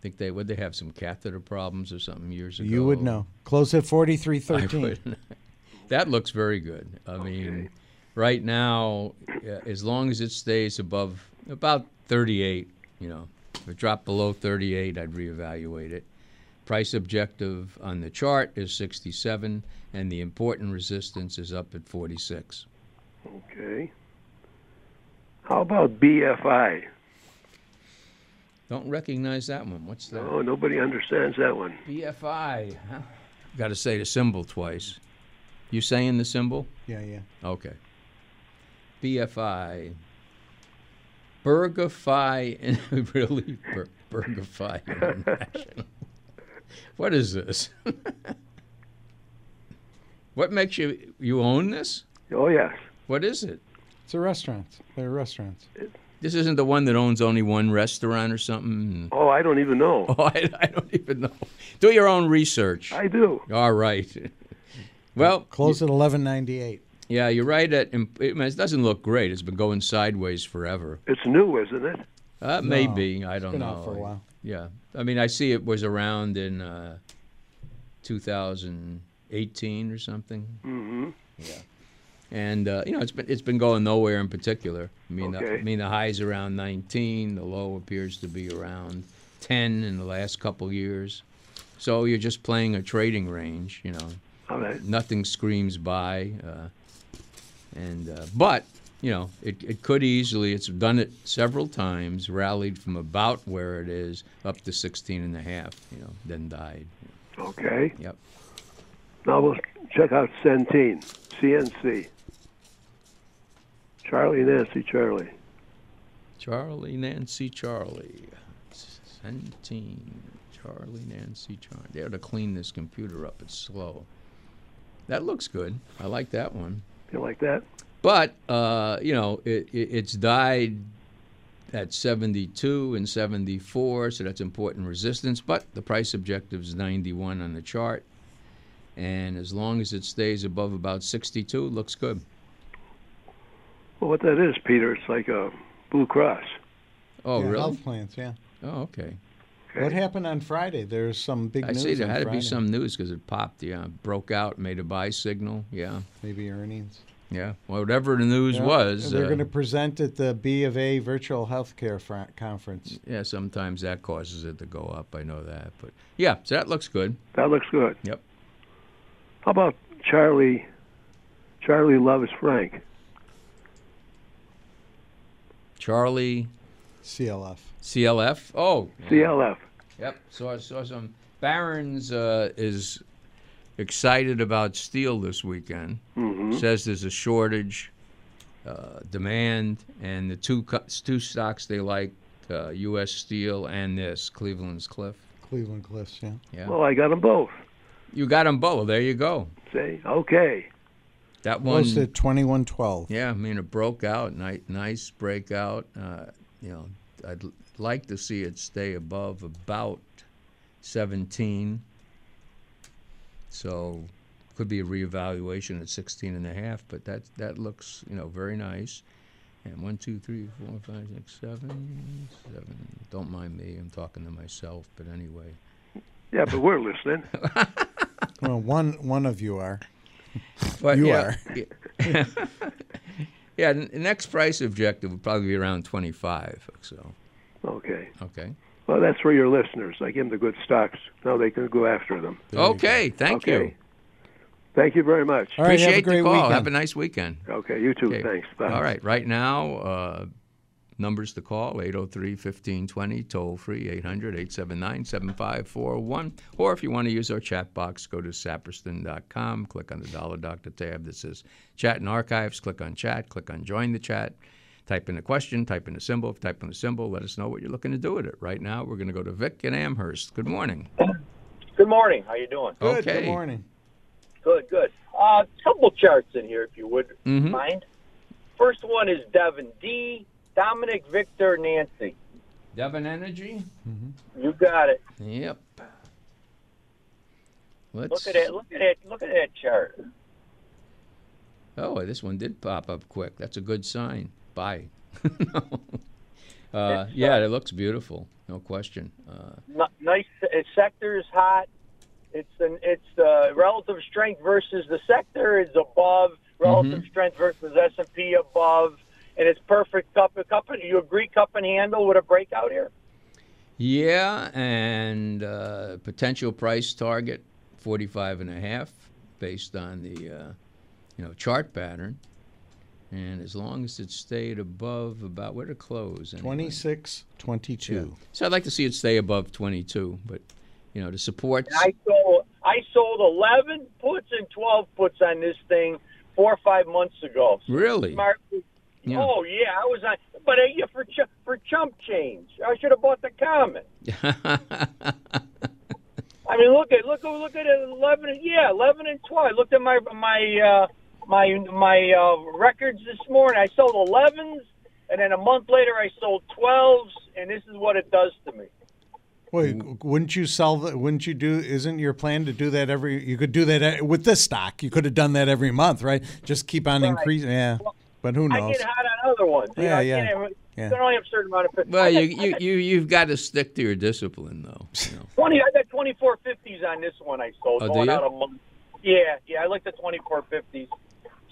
[SPEAKER 2] think they would they have some catheter problems or something years ago.
[SPEAKER 3] You would know. Close at forty three
[SPEAKER 2] I
[SPEAKER 3] thirteen.
[SPEAKER 2] would. (laughs) that looks very good. I mean, right now, uh, as long as it stays above about 38, you know, if it dropped below 38, I'd reevaluate it. Price objective on the chart is 67, and the important resistance is up at 46.
[SPEAKER 5] Okay. How about BFI?
[SPEAKER 2] Don't recognize that one. What's that?
[SPEAKER 5] Oh, nobody understands that one.
[SPEAKER 2] BFI. Huh? Got to say the symbol twice. You saying the symbol?
[SPEAKER 3] Yeah, yeah.
[SPEAKER 2] Okay. BFI. Burgify, (laughs) in- really? Bur- Burgify International. (laughs) what is this? (laughs) what makes you, you own this?
[SPEAKER 5] Oh yes.
[SPEAKER 2] What is it?
[SPEAKER 3] It's a restaurant. They're restaurants.
[SPEAKER 2] This isn't the one that owns only one restaurant or something? (laughs)
[SPEAKER 5] Oh, I don't even know.
[SPEAKER 2] Oh, I, I don't even know. Do your own research.
[SPEAKER 5] I do.
[SPEAKER 2] All right. (laughs) Well,
[SPEAKER 3] Close at eleven ninety eight.
[SPEAKER 2] yeah, you're right. At, imp- it it doesn't look great. It's been going sideways forever.
[SPEAKER 5] It's new, isn't it?
[SPEAKER 2] Uh, maybe I don't
[SPEAKER 3] been
[SPEAKER 2] know.
[SPEAKER 3] out for a while.
[SPEAKER 2] Yeah, I mean, I see it was around in uh, 2018 or something. Mm-hmm. Yeah, and uh, you know, it's been it's been going nowhere in particular. I mean, the, I
[SPEAKER 5] Okay.
[SPEAKER 2] mean, the high's around 19, the low appears to be around 10 in the last couple years. So you're just playing a trading range, you know
[SPEAKER 5] All right.
[SPEAKER 2] nothing screams by. Uh, and uh, but you know it, it could easily it's done it several times rallied from about where it is up to 16 and a half you know then died
[SPEAKER 5] Okay.
[SPEAKER 2] yep
[SPEAKER 5] Now we'll check out Centene, CNC. Charlie Nancy Charlie.
[SPEAKER 2] charlie nancy charlie 17 charlie nancy charlie they ought to clean this computer up it's slow that looks good i like that one
[SPEAKER 5] You like that?
[SPEAKER 2] But uh, you know, it, it, it's died at 72 and 74, so that's important resistance. But the price objective is 91 on the chart, and as long as it stays above about 62, it looks good.
[SPEAKER 5] Well, what that is, Peter, it's like a Blue Cross.
[SPEAKER 2] Oh,
[SPEAKER 3] yeah,
[SPEAKER 2] really?
[SPEAKER 3] Health plans. Yeah.
[SPEAKER 2] Oh, okay.
[SPEAKER 3] What happened on Friday? There's some big
[SPEAKER 2] I
[SPEAKER 3] news.
[SPEAKER 2] see there
[SPEAKER 3] on
[SPEAKER 2] had to be
[SPEAKER 3] Friday.
[SPEAKER 2] some news because it popped. Yeah, broke out, made a buy signal. Yeah,
[SPEAKER 3] maybe earnings.
[SPEAKER 2] yeah. Well, whatever the news
[SPEAKER 3] Yeah.
[SPEAKER 2] was.
[SPEAKER 3] They're
[SPEAKER 2] uh,
[SPEAKER 3] going to present at the B of A Virtual Healthcare fr- Conference.
[SPEAKER 2] yeah, sometimes that causes it to go up. I know that, but yeah, so that looks good.
[SPEAKER 5] That looks good.
[SPEAKER 2] Yep.
[SPEAKER 5] How about Charlie? Charlie loves Frank.
[SPEAKER 2] Charlie
[SPEAKER 3] CLF.
[SPEAKER 2] CLF. Oh, yeah.
[SPEAKER 5] CLF.
[SPEAKER 2] Yep. Saw saw some Barron's uh, is excited about steel this weekend. Says there's a shortage, uh, demand, and the two co- two stocks they like, uh, U.S. Steel and this Cleveland's Cliff.
[SPEAKER 3] Cleveland Cliffs, yeah.
[SPEAKER 2] Yeah,
[SPEAKER 5] Well, I got them both.
[SPEAKER 2] you got them both. There you go.
[SPEAKER 5] See? Okay.
[SPEAKER 2] That one.
[SPEAKER 3] Close at 2112.
[SPEAKER 2] Yeah, I mean it broke out. Nice, nice breakout. Uh, you know, I'd l- like to see it stay above about 17. So could be a reevaluation at 16 and a half, but that that looks you know very nice. And one, two, three, four, five, six, seven, seven. Don't mind me. I'm talking to myself. But anyway,
[SPEAKER 5] Yeah, but we're listening.
[SPEAKER 2] (laughs)
[SPEAKER 3] Well, one one of you are.
[SPEAKER 2] But
[SPEAKER 3] You
[SPEAKER 2] yeah, yeah. (laughs) yeah. n- Next price objective would probably be around 25. So
[SPEAKER 5] Okay.
[SPEAKER 2] okay.
[SPEAKER 5] Well, that's for your listeners. I give them the good stocks. Now they can go after them.
[SPEAKER 2] Okay, thank
[SPEAKER 5] Okay.
[SPEAKER 2] you.
[SPEAKER 5] Thank you very much.
[SPEAKER 3] All right, have a
[SPEAKER 2] Appreciate
[SPEAKER 3] great
[SPEAKER 2] the call.
[SPEAKER 3] weekend.
[SPEAKER 2] Have a nice weekend.
[SPEAKER 5] Okay, you too.
[SPEAKER 2] Okay.
[SPEAKER 5] Thanks. Bye.
[SPEAKER 2] All right, right now, uh, numbers to call 803 1520, toll free 800 879 7541. Or if you want to use our chat box, go to sapperston.com, click on the Dollar Doctor tab that says Chat and Archives, click on Chat, click on Join the Chat. Type in a question, type in a symbol, type in a symbol, let us know what you're looking to do with it. Right now, we're going to go to Vic in Amherst. Good morning.
[SPEAKER 6] Good morning. How you doing?
[SPEAKER 3] Good,
[SPEAKER 2] (laughs) okay.
[SPEAKER 3] good morning.
[SPEAKER 6] Good, good. Uh, couple charts in here, if you would
[SPEAKER 2] Mhm.
[SPEAKER 6] mind. First one is Devin D. Dominic Victor Nancy.
[SPEAKER 2] Devon Energy?
[SPEAKER 6] You got it.
[SPEAKER 2] Yep. Let's
[SPEAKER 6] Look at it. Look at it. Look at that chart.
[SPEAKER 2] Oh, this one did pop up quick. That's a good sign.
[SPEAKER 6] (laughs)
[SPEAKER 2] Bye. No. Uh, yeah, it looks beautiful. No question. Uh,
[SPEAKER 6] N- nice. Its sector is hot. It's an it's uh, relative strength versus the sector is above relative strength versus S and P above, and it's perfect cup cup. You agree cup and handle with a breakout here?
[SPEAKER 2] yeah, and uh, potential price target 45 and a half based on the uh, you know chart pattern. And as long as it stayed above about where to close. anyway.
[SPEAKER 3] 26 22.
[SPEAKER 2] So I'd like to see it stay above 22, but you know, the support
[SPEAKER 6] I sold I sold eleven puts and twelve puts on this thing four or five months ago.
[SPEAKER 2] really
[SPEAKER 6] Smart.
[SPEAKER 2] Yeah.
[SPEAKER 6] Oh yeah, I was on, but uh, yeah, for ch- for chump change, I should have bought the
[SPEAKER 2] (laughs)
[SPEAKER 6] common. I mean, look at look at look at it, eleven. and- Yeah, eleven and twelve. I looked at my my uh, my my uh, records this morning. I sold elevens, and then a month later I sold twelves, and this is what it does to me.
[SPEAKER 3] Wait, wouldn't you sell the, wouldn't you do isn't your plan to do that every you could do that uh, with this stock. You could have done that every month, right? Just keep on increasing. Yeah. But who
[SPEAKER 6] I
[SPEAKER 3] knows?
[SPEAKER 6] get hot on other ones. You know,
[SPEAKER 3] Yeah,
[SPEAKER 6] I
[SPEAKER 3] yeah.
[SPEAKER 6] Can't have,
[SPEAKER 3] Yeah.
[SPEAKER 6] You can only have a certain amount of.
[SPEAKER 2] Well,
[SPEAKER 6] I
[SPEAKER 2] you,
[SPEAKER 6] got- I
[SPEAKER 2] you,
[SPEAKER 6] got
[SPEAKER 2] you, you've got to stick to your discipline, though. you know.
[SPEAKER 6] Twenty. I got twenty four fifties on this one. I sold
[SPEAKER 2] Oh, do
[SPEAKER 6] going
[SPEAKER 2] you?
[SPEAKER 6] out a month. Yeah, yeah. I like the twenty four fifties,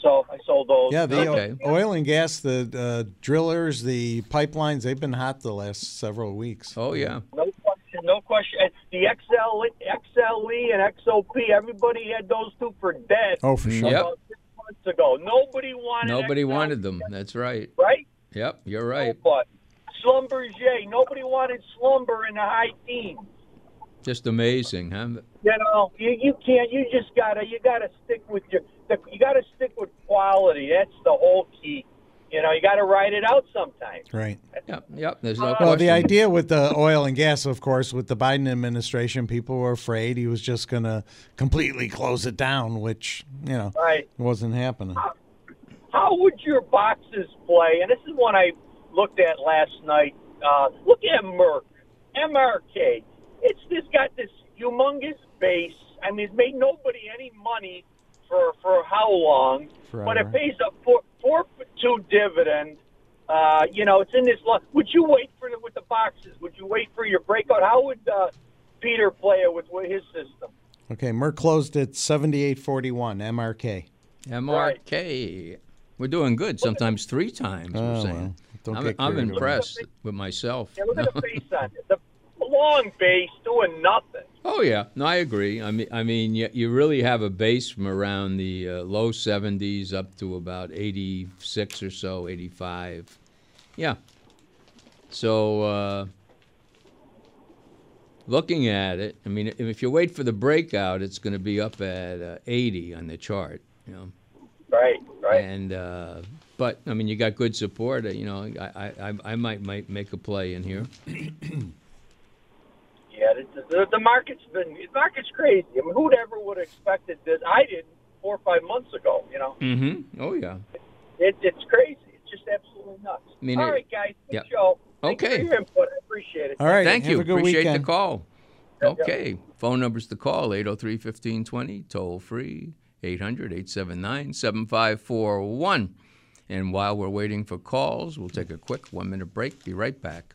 [SPEAKER 6] so I sold those.
[SPEAKER 3] Yeah, the o-
[SPEAKER 2] Oh, Okay.
[SPEAKER 3] oil and gas, the uh, drillers, the pipelines, they've been hot the last several weeks. (laughs)
[SPEAKER 2] Oh, yeah.
[SPEAKER 6] No question. No question. And the XL, XLE E and XOP. Everybody had those two for dead.
[SPEAKER 3] Oh, for sure.
[SPEAKER 2] Yep.
[SPEAKER 6] About six months ago, nobody wanted.
[SPEAKER 2] Nobody
[SPEAKER 6] XLE,
[SPEAKER 2] wanted them. That's right.
[SPEAKER 6] Right.
[SPEAKER 2] Yep, you're right.
[SPEAKER 6] But Schlumberger. Nobody wanted slumber in the high teens.
[SPEAKER 2] Just amazing, huh?
[SPEAKER 6] you know, you, you can't. You just gotta. You gotta stick with your. The, you gotta stick with quality. That's the whole key. You know, you gotta ride it out sometimes.
[SPEAKER 3] Right.
[SPEAKER 2] Yep, yep. There's no
[SPEAKER 3] Well,
[SPEAKER 2] question.
[SPEAKER 3] the idea with the oil and gas, of course, with the Biden administration, people were afraid he was just going to completely close it down, which, you know,
[SPEAKER 6] Right.
[SPEAKER 3] wasn't happening.
[SPEAKER 6] How would your boxes play? And this is one I looked at last night. Uh, look at Merck, MRK. It's this got this humongous base. I mean, it's made nobody any money for for how long? But
[SPEAKER 3] Forever.
[SPEAKER 6] it pays a four four two dividend. Uh, you know, it's in this. Lo- would you wait for the, with the boxes? Would you wait for your breakout? How would uh, Peter play it with, with his system?
[SPEAKER 3] Okay, Merck closed at 78.41, MRK.
[SPEAKER 2] MRK. We're doing good. Sometimes three times, we're
[SPEAKER 3] Oh,
[SPEAKER 2] saying.
[SPEAKER 3] well, don't
[SPEAKER 2] I'm,
[SPEAKER 3] get
[SPEAKER 2] I'm
[SPEAKER 3] carried away.
[SPEAKER 2] impressed with myself.
[SPEAKER 6] Yeah, look at the face on it. The long base doing nothing.
[SPEAKER 2] Oh yeah, no, I agree. I mean, I mean, you, you really have a base from around the uh, low 70s up to about 86 or so, 85. Yeah. So uh, looking at it, I mean, if you wait for the breakout, it's going to be up at uh, 80 on the chart. You know,
[SPEAKER 7] Right, right.
[SPEAKER 2] and uh, but I mean, you got good support. uh, You know, I I, I, I might, might make a play in here.
[SPEAKER 7] Yeah, the, the, the market's been the market's crazy. I mean, who'd ever would have expected this? I didn't four or five months ago. You know,
[SPEAKER 3] Mm.
[SPEAKER 2] Mm-hmm. Oh yeah.
[SPEAKER 7] it, it's crazy. It's just absolutely nuts.
[SPEAKER 2] I mean,
[SPEAKER 7] All
[SPEAKER 2] it-
[SPEAKER 7] right, guys, good
[SPEAKER 2] yeah.
[SPEAKER 7] show. Thanks
[SPEAKER 2] Okay.
[SPEAKER 7] for your input. I appreciate it.
[SPEAKER 3] All right.
[SPEAKER 2] Thank
[SPEAKER 3] have
[SPEAKER 2] you.
[SPEAKER 3] A good
[SPEAKER 2] Appreciate
[SPEAKER 3] weekend.
[SPEAKER 2] the call. Okay. Phone number's the call 803 1520, toll free 800 879 7541. And while we're waiting for calls, we'll take a quick one minute break. Be right back.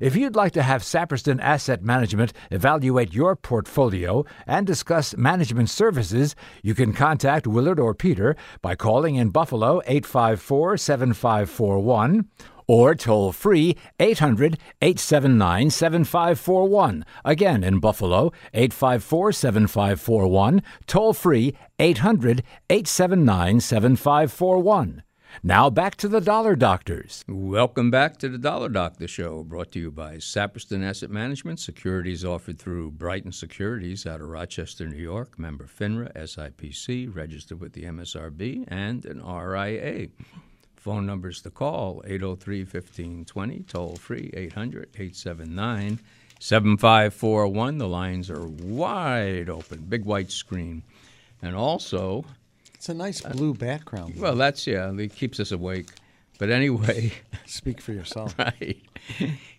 [SPEAKER 1] If you'd like to have Saperston Asset Management evaluate your portfolio and discuss management services, you can contact Willard or Peter by calling in Buffalo 854 7541 or toll free 800 879 7541. Again, in Buffalo 854 7541, toll free 800 879 7541. Now back to the Dollar Doctors.
[SPEAKER 2] Welcome back to the Dollar Doctor Show, brought to you by Saperston Asset Management. Securities offered through Brighton Securities out of Rochester, New York. Member FINRA, SIPC, registered with the MSRB and an RIA. Phone numbers to call 803 1520, toll free 800 879 7541. The lines are wide open, big white screen. And also,
[SPEAKER 3] It's a nice blue background.
[SPEAKER 2] well, that's, yeah, it keeps us awake. But anyway, (laughs)
[SPEAKER 3] Speak for yourself.
[SPEAKER 2] right?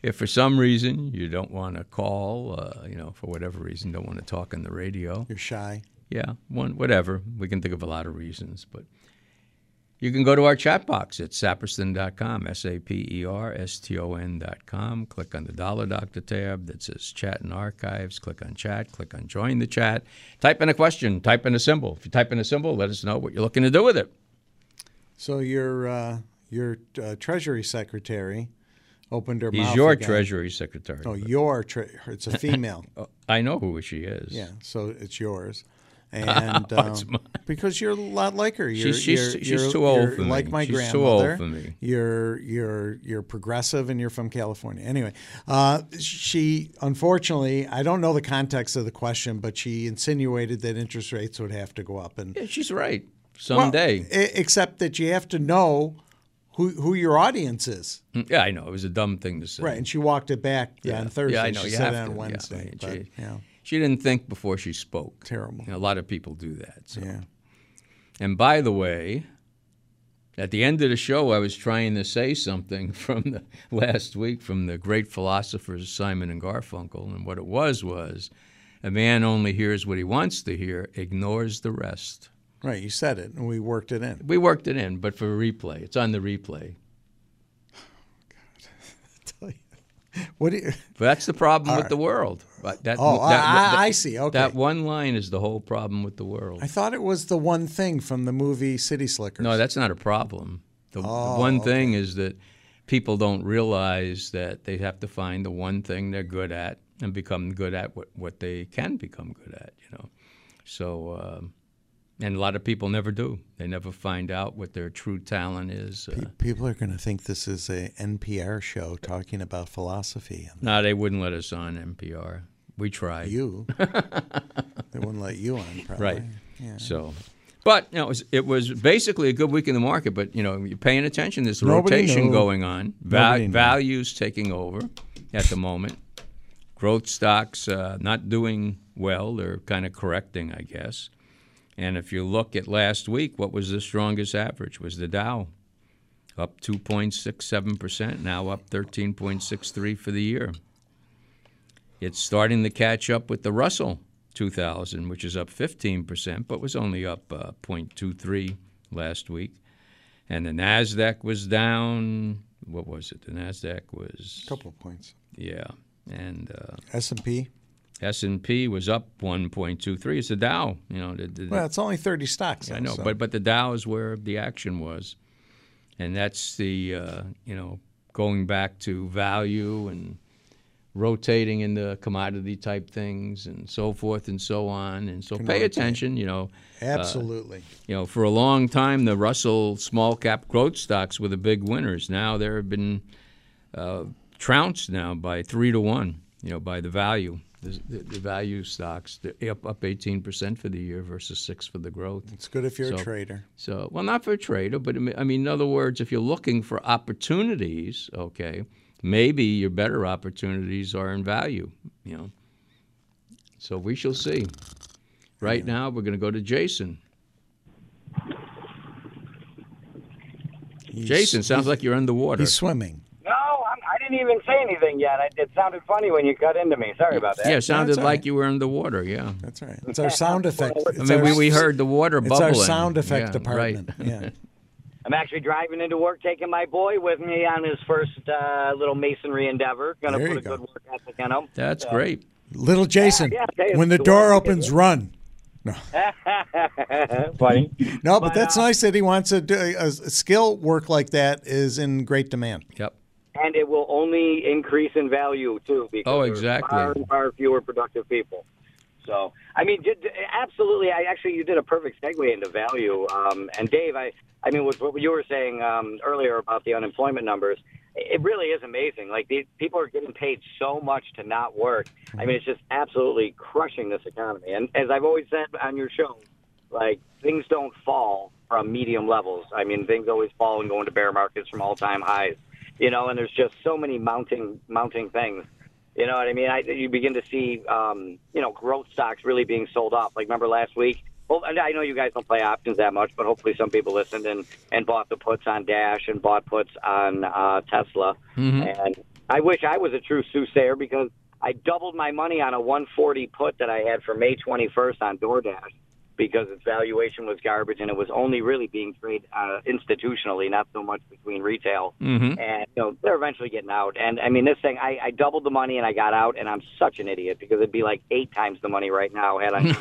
[SPEAKER 2] If for some reason you don't want to call, uh, you know, for whatever reason, don't want to talk on the radio,
[SPEAKER 3] You're shy.
[SPEAKER 2] yeah, one, whatever. We can think of a lot of reasons, but you can go to our chat box at saperston.com, S A P E R S T O N.com. Click on the Dollar Doctor tab that says Chat and Archives. Click on Chat. Click on Join the Chat. Type in a question. Type in a symbol. If you type in a symbol, let us know what you're looking to do with it.
[SPEAKER 3] So your uh, your uh, treasury secretary opened her mouth.
[SPEAKER 2] He's your
[SPEAKER 3] again. Oh,
[SPEAKER 2] Treasury Secretary.
[SPEAKER 3] No, your tre- It's
[SPEAKER 2] (laughs)
[SPEAKER 3] a female.
[SPEAKER 2] I know who she is.
[SPEAKER 3] yeah. So it's yours.
[SPEAKER 2] (laughs)
[SPEAKER 3] And um, because you're a lot like her, you're,
[SPEAKER 2] Oh, she's-
[SPEAKER 3] you're-
[SPEAKER 2] she's
[SPEAKER 3] you're-
[SPEAKER 2] too old
[SPEAKER 3] you're
[SPEAKER 2] for me.
[SPEAKER 3] like my
[SPEAKER 2] She's too old
[SPEAKER 3] grandmother.
[SPEAKER 2] for me.
[SPEAKER 3] You're you're you're progressive, and you're from California. Anyway, uh, she unfortunately, I don't know the context of the question, but she insinuated that interest rates would have to go up, and
[SPEAKER 2] Yeah, she's right.
[SPEAKER 3] Well,
[SPEAKER 2] Someday.
[SPEAKER 3] e- except that you have to know who who your audience is,
[SPEAKER 2] yeah, I know. It was a dumb thing to say.
[SPEAKER 3] Mm. right? And she walked it back yeah, on Thursday.
[SPEAKER 2] Yeah, I know.
[SPEAKER 3] She
[SPEAKER 2] you
[SPEAKER 3] said
[SPEAKER 2] have
[SPEAKER 3] it on
[SPEAKER 2] to. Yeah,
[SPEAKER 3] Wednesday.
[SPEAKER 2] I mean,
[SPEAKER 3] but,
[SPEAKER 2] she,
[SPEAKER 3] yeah,
[SPEAKER 2] she didn't think before she spoke.
[SPEAKER 3] Terrible.
[SPEAKER 2] And a lot of people do that. so.
[SPEAKER 3] yeah.
[SPEAKER 2] And by the way, at the end of the show, I was trying to say something (laughs) from the last week from the great philosophers Simon and Garfunkel, and what it was was, a man only hears what he wants to hear, ignores the rest.
[SPEAKER 3] Right, you said it, and we worked it
[SPEAKER 2] (laughs)
[SPEAKER 3] in.
[SPEAKER 2] We worked it in, but for replay, it's on the replay.
[SPEAKER 3] What do you?
[SPEAKER 2] But that's the problem with the world. But that,
[SPEAKER 3] Oh, I-
[SPEAKER 2] that-
[SPEAKER 3] I-
[SPEAKER 2] that-
[SPEAKER 3] I see. Okay.
[SPEAKER 2] That one line is the whole problem with the world.
[SPEAKER 3] I thought it was the one thing from the movie City Slickers.
[SPEAKER 2] No, that's not a problem. The, the one thing is that people don't realize that they have to find the one thing they're good at and become good at what, what they can become good at, you know. So, um, and a lot of people never do. They never find out what their true talent is. Uh,
[SPEAKER 3] Pe- people are going to think this is a NPR show talking about philosophy. And
[SPEAKER 2] no, they wouldn't let us on NPR. We tried. (laughs)
[SPEAKER 3] you, they wouldn't let you on, probably.
[SPEAKER 2] Right. So, but you know, it was, it was basically a good week in the market. But you know, you're paying attention. There's a
[SPEAKER 3] Nobody
[SPEAKER 2] rotation
[SPEAKER 3] knew.
[SPEAKER 2] going on.
[SPEAKER 3] Nobody
[SPEAKER 2] Va-
[SPEAKER 3] knew.
[SPEAKER 2] values taking over at the moment. Growth stocks uh, not doing well. They're kind of correcting, I guess. And if you look at last week, what was the strongest average? Was the Dow up 2.67 percent? Now up 13.63 for the year. It's starting to catch up with the Russell 2000, which is up 15%, but was only up uh, 0.23 last week. And the NASDAQ was down. What was it? The NASDAQ was,
[SPEAKER 3] Couple of points.
[SPEAKER 2] yeah. And uh,
[SPEAKER 3] S and P.
[SPEAKER 2] S&P was up 1.23. It's the Dow, you know. The, the,
[SPEAKER 3] Well, it's only 30 stocks.
[SPEAKER 2] I
[SPEAKER 3] though,
[SPEAKER 2] know,
[SPEAKER 3] so-
[SPEAKER 2] but but the Dow is where the action was, and that's the uh, you know going back to value and rotating into commodity type things and so forth and so on. And so pay
[SPEAKER 3] Commodity.
[SPEAKER 2] attention, you know.
[SPEAKER 3] absolutely.
[SPEAKER 2] You know, for a long time, the Russell small cap growth stocks were the big winners. Now they have been uh, trounced now by three to one. You know, by the value, the, the, the value stocks they're up up eighteen percent for the year versus six for the growth.
[SPEAKER 3] it's good if you're a
[SPEAKER 2] so-
[SPEAKER 3] trader.
[SPEAKER 2] So, well, not for a trader, but I mean- I mean, in other words, if you're looking for opportunities, okay, maybe your better opportunities are in value, you know. So we shall see. Right now, we're going to go to Jason.
[SPEAKER 3] He's-
[SPEAKER 2] Jason, sounds like you're underwater.
[SPEAKER 3] He's swimming.
[SPEAKER 6] No, I'm, I didn't even say anything yet. I, it sounded funny when you cut into me. Sorry about that.
[SPEAKER 2] Yeah, sounded
[SPEAKER 3] all
[SPEAKER 2] like
[SPEAKER 3] right.
[SPEAKER 2] you were underwater, yeah.
[SPEAKER 3] That's right. It's our sound effect.
[SPEAKER 6] I
[SPEAKER 2] I
[SPEAKER 3] It's
[SPEAKER 2] mean,
[SPEAKER 3] our-
[SPEAKER 2] we, we heard the water
[SPEAKER 3] It's
[SPEAKER 2] bubbling.
[SPEAKER 3] our sound effect
[SPEAKER 2] Yeah,
[SPEAKER 3] department.
[SPEAKER 2] Right.
[SPEAKER 3] Yeah.
[SPEAKER 6] I'm actually driving into work, taking my boy with me on his first uh, little masonry endeavor. Going to
[SPEAKER 3] There
[SPEAKER 6] put
[SPEAKER 3] you
[SPEAKER 6] a
[SPEAKER 3] go.
[SPEAKER 6] good work ethic on him.
[SPEAKER 2] (laughs) That's great.
[SPEAKER 3] Little Jason,
[SPEAKER 6] Yeah, yeah,
[SPEAKER 3] when the
[SPEAKER 6] the
[SPEAKER 3] door
[SPEAKER 6] one-
[SPEAKER 3] opens, run.
[SPEAKER 6] uh, Funny.
[SPEAKER 3] No, but
[SPEAKER 6] But,
[SPEAKER 3] that's
[SPEAKER 6] uh,
[SPEAKER 3] nice that he wants to do a, a skill work like that is in great demand.
[SPEAKER 2] Yep.
[SPEAKER 6] and it will only increase in value too. Because
[SPEAKER 2] Oh,
[SPEAKER 6] there's
[SPEAKER 2] exactly.
[SPEAKER 6] Far, and far fewer productive people. So, I mean, did, absolutely. I actually, you did a perfect segue into value. Um, and Dave, I, I mean, with what you were saying um, earlier about the unemployment numbers, it really is amazing. Like the, people are getting paid so much to not work.
[SPEAKER 2] Mm-hmm.
[SPEAKER 6] I mean, it's just absolutely crushing this economy. And as I've always said on your show, like things don't fall from medium levels. I mean, things always fall and go into bear markets from all time highs. You know, and there's just so many mounting mounting things. You know what I mean? I, you begin to see, um, you know, growth stocks really being sold off. Like remember last week? Well, and I know you guys don't play options that much, but hopefully some people listened and and bought the puts on Dash and bought puts on uh, Tesla. And I wish I was a true soothsayer because I doubled my money on a 140 put that I had for May 21st on DoorDash because its valuation was garbage and it was only really being traded uh, institutionally, not so much between retail.
[SPEAKER 2] Mhm.
[SPEAKER 6] And you know, they're eventually getting out. And I mean, this thing, I, I doubled the money and I got out, and I'm such an idiot because it'd be like eight times the money right
[SPEAKER 2] (laughs)
[SPEAKER 6] now had I.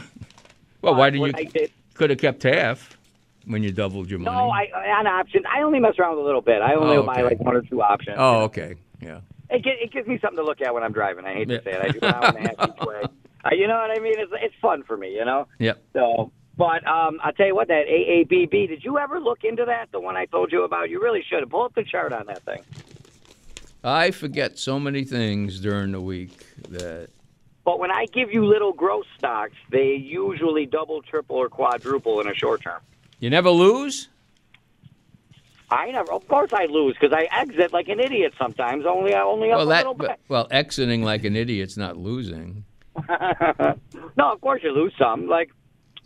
[SPEAKER 2] Well, why did
[SPEAKER 6] What I
[SPEAKER 2] you
[SPEAKER 6] did-
[SPEAKER 2] could have kept half when you doubled your money?
[SPEAKER 6] No, I on options. I only mess around with a little bit. I only
[SPEAKER 2] Oh,
[SPEAKER 6] buy
[SPEAKER 2] okay.
[SPEAKER 6] like one or two options.
[SPEAKER 2] Oh, okay. Yeah.
[SPEAKER 6] It, gi- it gives me something to look at when I'm driving. I hate
[SPEAKER 2] Yeah.
[SPEAKER 6] to say it. I do an hour
[SPEAKER 2] (laughs)
[SPEAKER 6] and a half each way. Uh, you know what I mean? It's it's fun for me. You know.
[SPEAKER 2] Yep.
[SPEAKER 6] So, but um, I'll tell you what, that AABB, did you ever look into that? The one I told you about? You really should have. Pull up the chart on that thing.
[SPEAKER 2] I forget so many things during the week that
[SPEAKER 6] But when I give you little growth stocks, they usually double, triple, or quadruple in a short term.
[SPEAKER 2] you never lose.
[SPEAKER 6] I never, of course, I lose because I exit like an idiot sometimes. Only, I only up
[SPEAKER 2] Well,
[SPEAKER 6] a
[SPEAKER 2] that
[SPEAKER 6] little bit.
[SPEAKER 2] well, exiting like an idiot's not losing.
[SPEAKER 6] No, of course you lose some. Like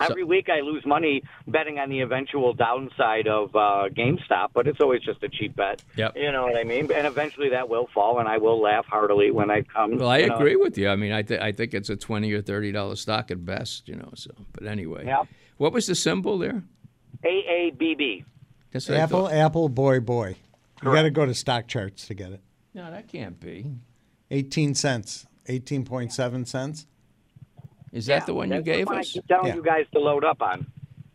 [SPEAKER 2] So-
[SPEAKER 6] every week, I lose money betting on the eventual downside of uh, GameStop, but it's always just a cheap bet.
[SPEAKER 2] Yep.
[SPEAKER 6] You know what I mean? And eventually, that will fall, and I will laugh heartily when I come.
[SPEAKER 2] Well, I
[SPEAKER 6] you know.
[SPEAKER 2] agree with you. I mean, I th- I think it's a twenty or thirty dollar stock at best, you know. So, but anyway,
[SPEAKER 6] Yep.
[SPEAKER 2] what was the symbol there?
[SPEAKER 6] AABB.
[SPEAKER 2] That's what I
[SPEAKER 3] Apple,
[SPEAKER 2] thought.
[SPEAKER 3] Apple, boy, boy. You got to go to stock charts to get it.
[SPEAKER 2] No, that can't be.
[SPEAKER 3] 18 cents, 18.7 cents.
[SPEAKER 2] Is that the one you
[SPEAKER 6] That's the
[SPEAKER 2] gave
[SPEAKER 6] one
[SPEAKER 2] us?
[SPEAKER 6] I keep telling
[SPEAKER 3] Yeah.
[SPEAKER 6] you guys to load up on.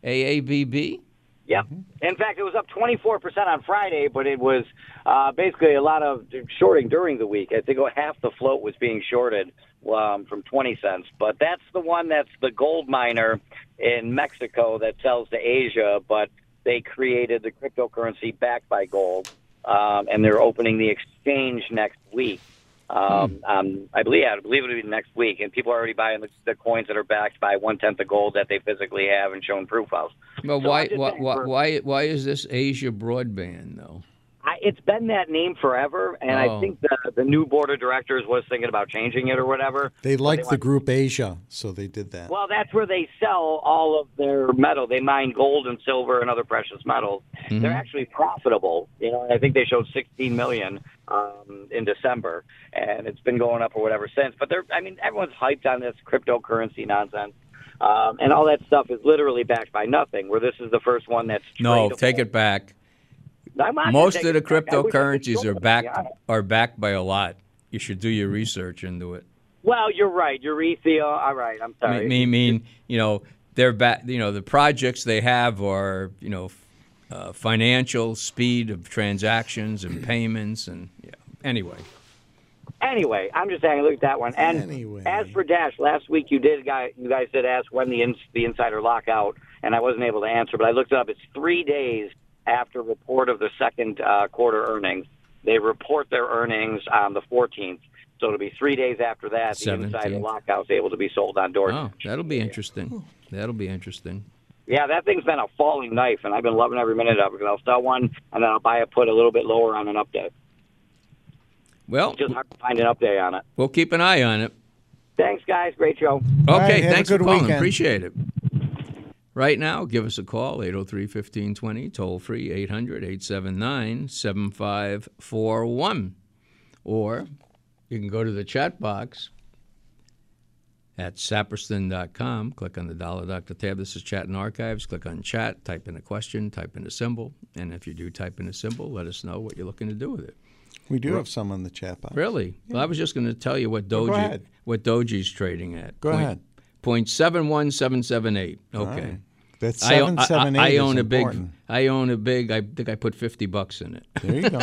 [SPEAKER 2] AABB.
[SPEAKER 6] Yep. In fact, it was up 24% on Friday, but it was uh, basically a lot of shorting during the week. I think half the float was being shorted um, from 20 cents. But that's the one that's the gold miner in Mexico that sells to Asia, but they created the cryptocurrency backed by gold, um, and they're opening the exchange next week. Um, um, I believe, yeah, I believe it'll be next week, and people are already buying the, the coins that are backed by one tenth of gold that they physically have and shown proof of.
[SPEAKER 2] Well,
[SPEAKER 6] So
[SPEAKER 2] why
[SPEAKER 6] I'm just
[SPEAKER 2] why,
[SPEAKER 6] saying
[SPEAKER 2] why
[SPEAKER 6] for-
[SPEAKER 2] why why is this Asia broadband though?
[SPEAKER 6] I, it's been that name forever, and
[SPEAKER 2] Oh.
[SPEAKER 6] I think the the new board of directors was thinking about changing it or whatever.
[SPEAKER 3] They liked the
[SPEAKER 6] want-
[SPEAKER 3] group Asia, so they did that.
[SPEAKER 6] Well, that's where they sell all of their metal. They mine gold and silver and other precious metals.
[SPEAKER 2] Mm-hmm.
[SPEAKER 6] They're actually profitable. You know, and I think they showed 16 million um, in December, and it's been going up or whatever since. But they're, I mean, everyone's hyped on this cryptocurrency nonsense. Um, and all that stuff is literally backed by nothing. Where this is the first one that's
[SPEAKER 2] No,
[SPEAKER 6] tradable.
[SPEAKER 2] take it back.
[SPEAKER 6] I'm not gonna
[SPEAKER 2] Most
[SPEAKER 6] take
[SPEAKER 2] of the
[SPEAKER 6] it back. I wish I could
[SPEAKER 2] cryptocurrencies
[SPEAKER 6] show
[SPEAKER 2] are
[SPEAKER 6] them, to be
[SPEAKER 2] backed
[SPEAKER 6] honest.
[SPEAKER 2] are backed by a lot. You should do your research into it.
[SPEAKER 6] Well, you're right. Urethia. All right. I'm
[SPEAKER 2] I
[SPEAKER 6] sorry.
[SPEAKER 2] mean, mean, mean, you know, their ba- you know, the projects they have are, you know, f- uh, financial speed of transactions and payments and yeah. anyway.
[SPEAKER 6] Anyway, I'm just saying. Look at that one. And
[SPEAKER 3] Anyway.
[SPEAKER 6] as for Dash, last week you did, guy, you guys did ask when the ins, the insider lockout, and I wasn't able to answer, but I looked it up. It's three days after report of the second uh, quarter earnings. They report their earnings on the 14th, so it'll be three days after that. The
[SPEAKER 2] 17th.
[SPEAKER 6] insider lockout's able to be sold on DoorDash.
[SPEAKER 2] Oh, that'll be interesting. That'll be interesting.
[SPEAKER 6] Yeah, that thing's been a falling knife, and I've been loving every minute of it. Because I'll sell one, and then I'll buy a put a little bit lower on an update.
[SPEAKER 2] Well,
[SPEAKER 6] Just hard to find an update on it.
[SPEAKER 2] we'll keep an eye on it.
[SPEAKER 6] Thanks, guys. Great show.
[SPEAKER 2] Okay,
[SPEAKER 3] right, have a
[SPEAKER 2] thanks for
[SPEAKER 3] good
[SPEAKER 2] calling.
[SPEAKER 3] weekend.
[SPEAKER 2] Appreciate it. Right now, give us a call, 803 1520, toll free 800 879 7541. Or you can go to the chat box at sapperston.com, click on the Dollar Doctor tab. This is Chat and Archives. Click on chat, type in a question, type in a symbol. And if you do type in a symbol, let us know what you're looking to do with it.
[SPEAKER 3] We do have some on the chat box.
[SPEAKER 2] Really? Well, I was just going to tell you what
[SPEAKER 3] go
[SPEAKER 2] Doji
[SPEAKER 3] ahead.
[SPEAKER 2] what Doji's trading at.
[SPEAKER 3] Go
[SPEAKER 2] Point-
[SPEAKER 3] ahead.
[SPEAKER 2] Point seven one seven seven eight. Okay.
[SPEAKER 3] That's
[SPEAKER 2] I o-
[SPEAKER 3] seven
[SPEAKER 2] I,
[SPEAKER 3] seven eight.
[SPEAKER 2] I, I
[SPEAKER 3] is
[SPEAKER 2] own a big.
[SPEAKER 3] important.
[SPEAKER 2] I own a big. I think I put fifty bucks in it. (laughs)
[SPEAKER 3] There you go.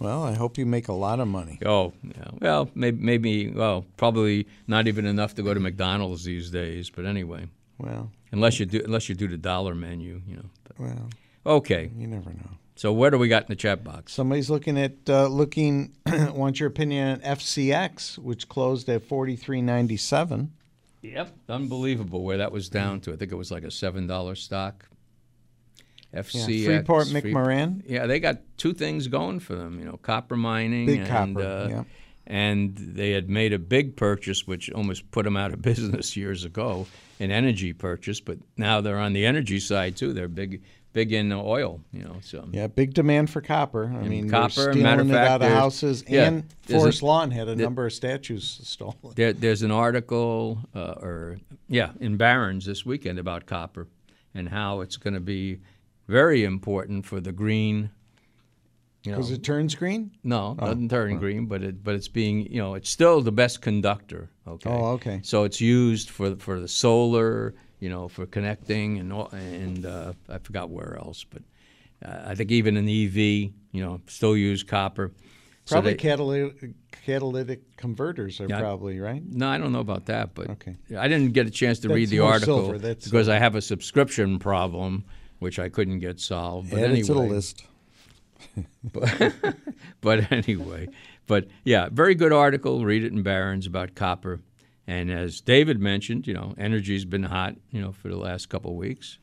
[SPEAKER 3] well, I hope you make a lot of money.
[SPEAKER 2] Oh, yeah. well, maybe, maybe, well, probably not even enough to go to McDonald's these days. But anyway,
[SPEAKER 3] Well,
[SPEAKER 2] unless you do, unless you do the dollar menu, you know. But,
[SPEAKER 3] well,
[SPEAKER 2] okay.
[SPEAKER 3] you never know.
[SPEAKER 2] So what do we got in the chat box?
[SPEAKER 3] Somebody's looking at uh, looking (clears throat) wants your opinion on FCX, which closed at forty three ninety seven.
[SPEAKER 2] Yep. Unbelievable where that was down to. I think it was like a seven dollar stock.
[SPEAKER 3] Yeah,
[SPEAKER 2] FCX.
[SPEAKER 3] Freeport
[SPEAKER 2] Free-
[SPEAKER 3] McMoran.
[SPEAKER 2] Yeah, they got two things going for them. You know, copper mining
[SPEAKER 3] Big
[SPEAKER 2] and
[SPEAKER 3] copper,
[SPEAKER 2] uh,
[SPEAKER 3] yeah.
[SPEAKER 2] and they had made a big purchase, which almost put them out of (laughs) business years ago, an energy purchase. But now they're on the energy side too. They're big, big in oil. You know, so
[SPEAKER 3] Yeah, big demand for copper. I mean, they're
[SPEAKER 2] copper,
[SPEAKER 3] stealing
[SPEAKER 2] matter of
[SPEAKER 3] it
[SPEAKER 2] fact,
[SPEAKER 3] out of
[SPEAKER 2] there's-
[SPEAKER 3] houses.
[SPEAKER 2] yeah,
[SPEAKER 3] and
[SPEAKER 2] there's
[SPEAKER 3] Forest
[SPEAKER 2] a-
[SPEAKER 3] Lawn had a number of statues stolen.
[SPEAKER 2] There, there's an article, uh, or yeah, in Barron's this weekend about copper and how it's going to be very important for the green. You know,
[SPEAKER 3] Because it turns green.
[SPEAKER 2] no,
[SPEAKER 3] Oh.
[SPEAKER 2] doesn't turn green, but it but it's being you know it's still the best conductor. Okay.
[SPEAKER 3] Oh, okay.
[SPEAKER 2] So it's used for for the solar, you know, for connecting and all- and uh, I forgot where else, but uh, I think even in EV, you know, still use copper. So
[SPEAKER 3] Probably
[SPEAKER 2] they-
[SPEAKER 3] catalytic, catalytic converters are
[SPEAKER 2] Yeah.
[SPEAKER 3] probably right.
[SPEAKER 2] No, I don't know about that, but
[SPEAKER 3] Okay.
[SPEAKER 2] I didn't get a chance to read
[SPEAKER 3] That's
[SPEAKER 2] the
[SPEAKER 3] more
[SPEAKER 2] article
[SPEAKER 3] silver, that's uh,
[SPEAKER 2] because I have a subscription problem, which I couldn't get solved. But
[SPEAKER 3] Add
[SPEAKER 2] anyway,
[SPEAKER 3] it to the list.
[SPEAKER 2] (laughs) but anyway, but yeah, very good article. Read it in Barron's about copper. And as David mentioned, you know, energy's been hot, you know, for the last couple of weeks.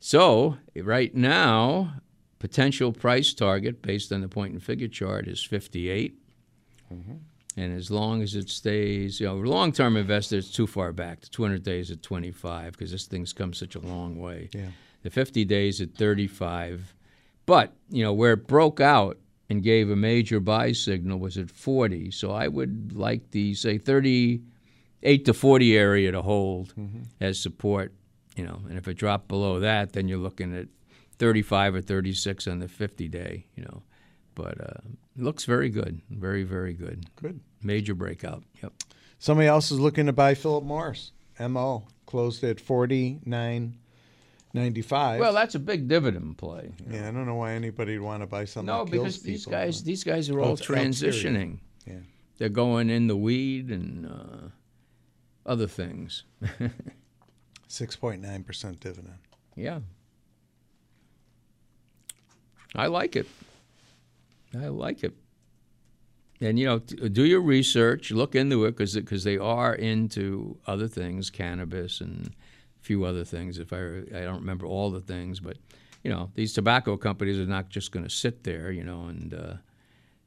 [SPEAKER 2] So right now, potential price target based on the point and figure chart is 58. And as long as it stays, you know, long term investors too far back. The 200 days at 25 because this thing's come such a long way.
[SPEAKER 3] Yeah.
[SPEAKER 2] The 50 days at 35. But, you know, where it broke out and gave a major buy signal was at 40. So I would like the, say, 38 to 40 area to hold as support, you know. And if it dropped below that, then you're looking at 35 or 36 on the 50 day, you know. But uh, it looks very good, very, very good.
[SPEAKER 3] Good.
[SPEAKER 2] Major breakout. Yep.
[SPEAKER 3] Somebody else is looking to buy Philip Morris. Mo closed at forty nine ninety five.
[SPEAKER 2] Well, that's a big dividend play.
[SPEAKER 3] yeah, I don't know why anybody would want to buy something.
[SPEAKER 2] No,
[SPEAKER 3] that kills
[SPEAKER 2] because these
[SPEAKER 3] people.
[SPEAKER 2] guys, these guys are all
[SPEAKER 3] Oh, it's exterior.
[SPEAKER 2] transitioning.
[SPEAKER 3] Yeah.
[SPEAKER 2] They're going in the weed and uh, other things.
[SPEAKER 3] six point nine percent dividend.
[SPEAKER 2] Yeah. I like it. I like it. And you know, t- do your research, look into it because because they are into other things, cannabis and a few other things. If I I don't remember all the things, but you know, these tobacco companies are not just going to sit there, you know, and uh,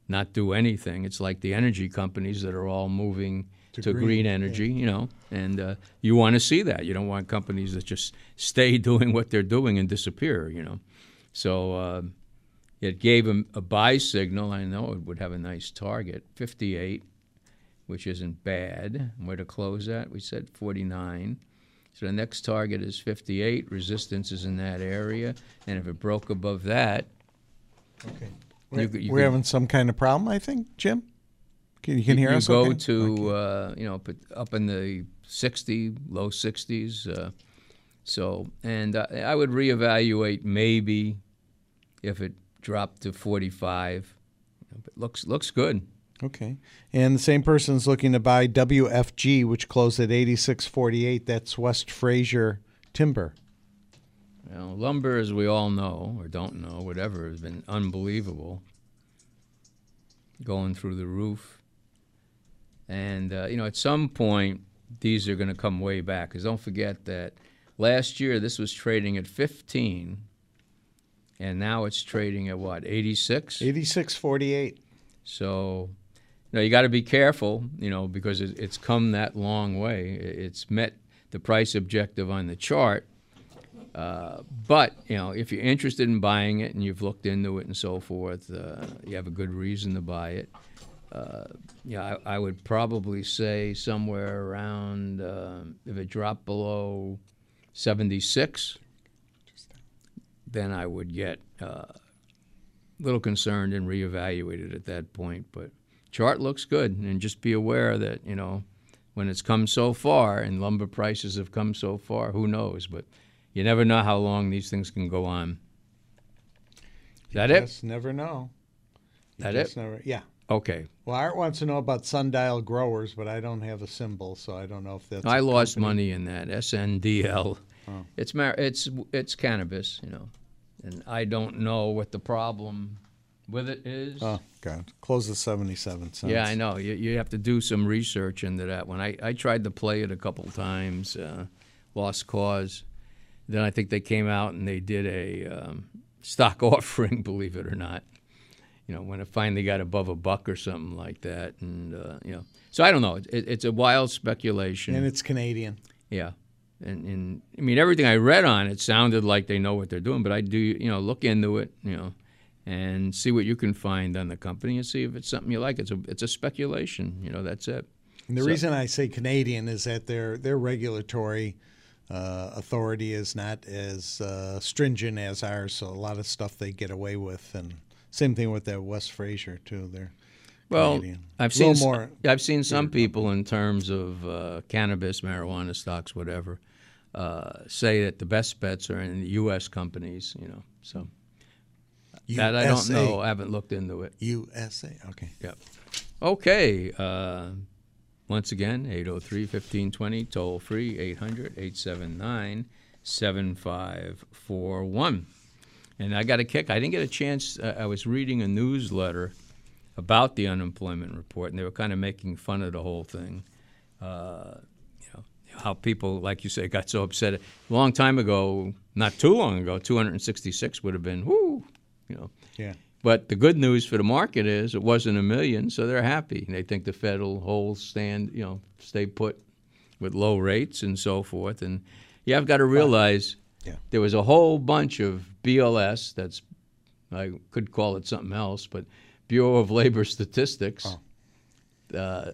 [SPEAKER 2] not do anything. It's like the energy companies that are all moving to, green, energy, you know, and uh, you want to see that. You don't want companies that just stay (laughs) doing what they're doing and disappear, you know. So uh, it gave him a buy signal. I know it would have a nice target, 58, which isn't bad. And Where to close at? We said 49. So the next target is 58. Resistance is in that area, and if it broke above that,
[SPEAKER 3] Okay.
[SPEAKER 2] You could- you
[SPEAKER 3] We're
[SPEAKER 2] could-
[SPEAKER 3] having some kind of problem, I think, Jim. Can, you can hear
[SPEAKER 2] you
[SPEAKER 3] us?
[SPEAKER 2] go
[SPEAKER 3] okay?
[SPEAKER 2] to uh, you know put- up in the 60 low 60s uh, so and I, I would reevaluate maybe if it dropped to 45 but looks looks good
[SPEAKER 3] Okay. And the same person's looking to buy WFG, which closed at 86.48. That's West Fraser Timber.
[SPEAKER 2] you know, lumber as we all know or don't know whatever has been unbelievable going through the roof and uh, you know at some point these are going to come way back because don't forget that last year this was trading at 15 and now it's trading at what 86
[SPEAKER 3] 86.48.
[SPEAKER 2] so you know you got to be careful you know because it, it's come that long way I- it's met the price objective on the chart uh, but you know if you're interested in buying it and you've looked into it and so forth uh, you have a good reason to buy it yeah, I, I would probably say somewhere around um if it dropped below 76, then I would get uh, a little concerned and reevaluate it at that point. But chart looks good, and just be aware that you know when it's come so far and lumber prices have come so far, who knows? But you never know how long these things can go on. Is that it?
[SPEAKER 3] Just never know. You
[SPEAKER 2] That
[SPEAKER 3] just
[SPEAKER 2] it?
[SPEAKER 3] Never, yeah.
[SPEAKER 2] Okay.
[SPEAKER 3] Well, Art wants to know about sundial growers, but I don't have a symbol, so I don't know if that's.
[SPEAKER 2] I
[SPEAKER 3] a
[SPEAKER 2] lost
[SPEAKER 3] company. Oh.
[SPEAKER 2] money in that SNDL. It's mar- it's it's cannabis, you know, and I don't know what the problem with it is.
[SPEAKER 3] Oh God! Close the seventy-seven cents.
[SPEAKER 2] yeah, I know. You, you have to do some research into that one. I, I tried to play it a couple times, uh, lost cause. Then I think they came out and they did a um, stock (laughs) offering, believe it or not. You know, when it finally got above a buck or something like that, and uh, you know, so I don't know. It, it's a wild speculation.
[SPEAKER 3] And it's Canadian.
[SPEAKER 2] Yeah. And, and I mean, everything I read on it sounded like they know what they're doing, but I do, you know, look into it, you know, and see what you can find on the company and see if it's something you like. It's a, it's a speculation, you know, that's it.
[SPEAKER 3] And the
[SPEAKER 2] So-
[SPEAKER 3] reason I say Canadian is that their their regulatory uh, authority is not as uh, stringent as ours, so a lot of stuff they get away with. And same thing with that West Fraser too. They're
[SPEAKER 2] Well,
[SPEAKER 3] Canadian.
[SPEAKER 2] I've
[SPEAKER 3] A
[SPEAKER 2] seen,
[SPEAKER 3] little
[SPEAKER 2] more, I've seen some people in terms of uh, cannabis, marijuana stocks, whatever, uh, say that the best bets are in U.S. companies, you know, so that I don't
[SPEAKER 3] USA.
[SPEAKER 2] know. I haven't looked into it.
[SPEAKER 3] USA. Okay.
[SPEAKER 2] Yep. Okay. Uh, once again, 803 1520, toll free 800 879 7541. And I got a kick. I didn't get a chance. Uh, I was reading a newsletter about the unemployment report, and they were kind of making fun of the whole thing. Uh, you know, how people, like you say, got so upset. A long time ago, not too long ago, 266 would have been, whoo, you know.
[SPEAKER 3] Yeah.
[SPEAKER 2] But the good news for the market is it wasn't a million, so they're happy. They think the Fed will hold, stand, you know, stay put with low rates and so forth. And you have got to realize
[SPEAKER 3] Yeah.
[SPEAKER 2] there was a whole bunch of BLS. That's I could call it something else, but Bureau of Labor Statistics. Uh,
[SPEAKER 3] Oh.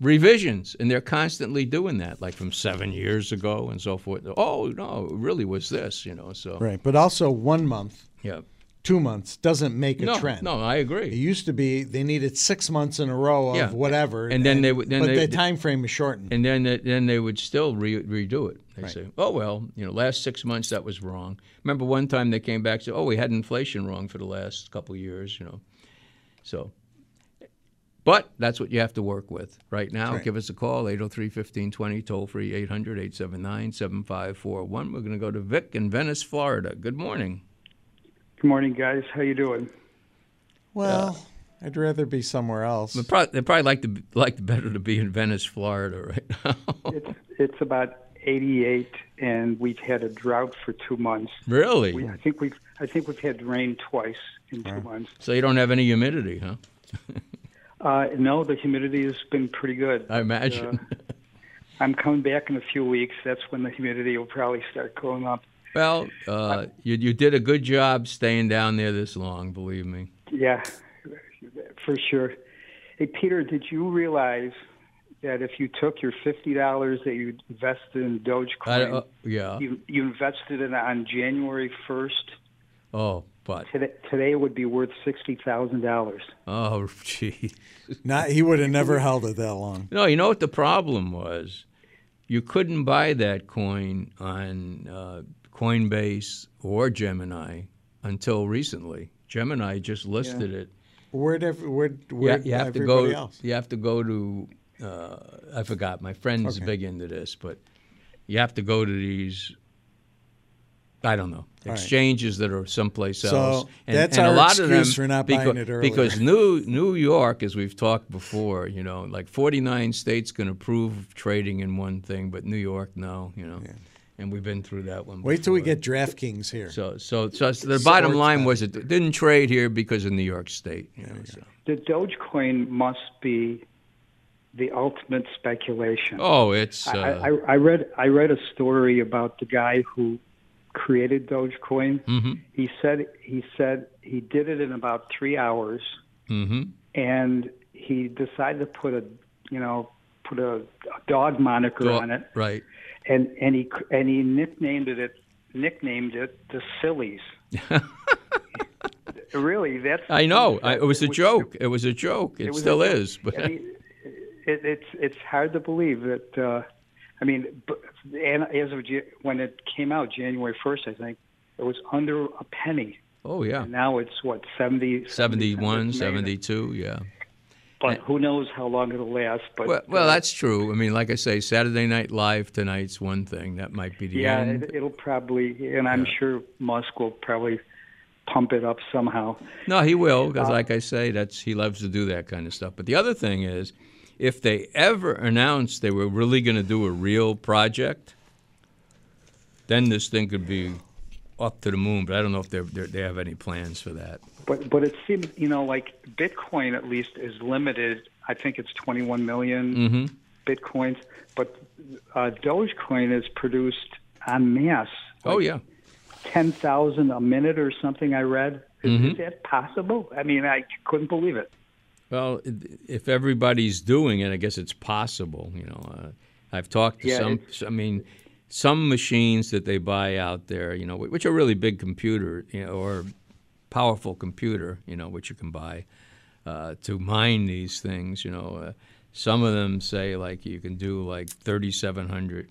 [SPEAKER 2] revisions and they're constantly doing that like from seven years ago and so forth oh no it really was this you know so
[SPEAKER 3] Right. But also one month,
[SPEAKER 2] yeah
[SPEAKER 3] two months doesn't make a
[SPEAKER 2] no
[SPEAKER 3] trend.
[SPEAKER 2] no i agree
[SPEAKER 3] It used to be they needed six months in a row of
[SPEAKER 2] Yeah.
[SPEAKER 3] whatever,
[SPEAKER 2] And then they would- then
[SPEAKER 3] but
[SPEAKER 2] they-
[SPEAKER 3] the time frame is shortened.
[SPEAKER 2] and then it- then they would still re, redo it. They would say, "Oh well, you know, last six months that was wrong." Remember one time they came back and said, "Oh, we had inflation wrong for the last couple of years," you know. So, but that's what you have to work with right now.
[SPEAKER 3] Right.
[SPEAKER 2] Give us a call 803-1520, toll free 800-879-7541. We're going to go to Vic in Venice, Florida. Good morning.
[SPEAKER 8] Good morning, guys. How you doing?
[SPEAKER 2] uh,
[SPEAKER 3] well, I'd rather be somewhere else.
[SPEAKER 2] Pro- they probably like to be- like better to be in Venice, Florida, right (laughs) now.
[SPEAKER 8] It's it's about 88, and we've had a drought for two months.
[SPEAKER 2] really?
[SPEAKER 8] We, I think we've I think we've had rain twice in two months.
[SPEAKER 2] So you don't have any humidity, huh?
[SPEAKER 8] Uh, no, the humidity has been pretty good.
[SPEAKER 2] I imagine.
[SPEAKER 8] I'm coming back in a few weeks. That's when the humidity will probably start going up.
[SPEAKER 2] Well, uh, you, you did a good job staying down there this long, believe me.
[SPEAKER 8] Yeah, for sure. Hey, Peter, did you realize that if you took your fifty dollars that you invested in Dogecoin,
[SPEAKER 2] I, uh, yeah.
[SPEAKER 8] you you invested it on January 1st?
[SPEAKER 2] Oh, But
[SPEAKER 8] Today, today it would be worth sixty thousand dollars.
[SPEAKER 2] oh, (laughs) gee.
[SPEAKER 3] Not he would have never held it that long.
[SPEAKER 2] No, you know what the problem was? You couldn't buy that coin on uh, Coinbase or Gemini until recently. Gemini just listed it.
[SPEAKER 3] Where'd ev- where'd,
[SPEAKER 2] Yeah,
[SPEAKER 3] where'd
[SPEAKER 2] you have to
[SPEAKER 3] everybody
[SPEAKER 2] go.
[SPEAKER 3] else?
[SPEAKER 2] You have to go to. Uh, I forgot. My friend's big into this, but you have to go to these. I don't know exchanges that are someplace
[SPEAKER 3] So
[SPEAKER 2] else,
[SPEAKER 3] that's our excuse for not buying
[SPEAKER 2] because,
[SPEAKER 3] it earlier.
[SPEAKER 2] because New New York, as we've talked before, you know, like 49 states can approve trading in one thing, but New York, no, you know, and we've been through that one.
[SPEAKER 3] Wait till we
[SPEAKER 2] before.
[SPEAKER 3] get DraftKings here.
[SPEAKER 2] So, so, so, the bottom line was it didn't trade here because of New York State. You know, so.
[SPEAKER 8] The Dogecoin must be the ultimate speculation.
[SPEAKER 2] Oh, it's. Uh,
[SPEAKER 8] I, I, I read I read a story about the guy who created Dogecoin. He said he said he did it in about three hours,
[SPEAKER 2] hmm
[SPEAKER 8] and he decided to put a you know put a, a dog moniker
[SPEAKER 2] Dog-
[SPEAKER 8] on it,
[SPEAKER 2] Right.
[SPEAKER 8] and and he cr- and he nicknamed it nicknamed it the
[SPEAKER 2] (laughs)
[SPEAKER 8] Sillies. really, that's
[SPEAKER 2] I know. I,
[SPEAKER 8] that-
[SPEAKER 2] it was a
[SPEAKER 8] which-
[SPEAKER 2] joke. It was a joke. It,
[SPEAKER 8] was a
[SPEAKER 2] still
[SPEAKER 8] joke.
[SPEAKER 2] is. But
[SPEAKER 8] I mean, it, it's it's hard to believe that. Uh, I mean, b- and as of Ja- when it came out January first, I think it was under a penny.
[SPEAKER 2] (laughs) oh yeah,
[SPEAKER 8] And now it's what 70,
[SPEAKER 2] 71,
[SPEAKER 8] 70 cents.
[SPEAKER 2] 72, Yeah.
[SPEAKER 8] But who knows how long it'll last? But
[SPEAKER 2] Well, well,
[SPEAKER 8] uh,
[SPEAKER 2] that's true. I mean, like I say, Saturday Night Live tonight's one thing that might be the
[SPEAKER 8] uh, yeah,
[SPEAKER 2] end.
[SPEAKER 8] it, it'll probably, and I'm sure Musk will probably pump it up somehow.
[SPEAKER 2] No, he will,
[SPEAKER 8] uh,
[SPEAKER 2] because like I say, that's he loves to do that kind of stuff. But the other thing is, if they ever announced they were really going to do a real project, then this thing could be up to the moon. But I don't know if they're, they're, they have any plans for that.
[SPEAKER 8] But but it seems you know like Bitcoin at least is limited. I think it's 21 million bitcoins, but uh, Dogecoin is produced en masse.
[SPEAKER 2] Oh yeah,
[SPEAKER 8] 10,000 a minute or something. I read. Is, is that possible? I mean, I couldn't believe it.
[SPEAKER 2] Well, i- if everybody's doing it, I guess it's possible. You know, uh, I've talked to
[SPEAKER 8] Yeah,
[SPEAKER 2] some. I mean, some machines that they buy out there, you know, wh- which are really big computer you know, or powerful computer, you know, which you can buy uh, to mine these things. You know, uh, some of them say like you can do like thirty-seven hundred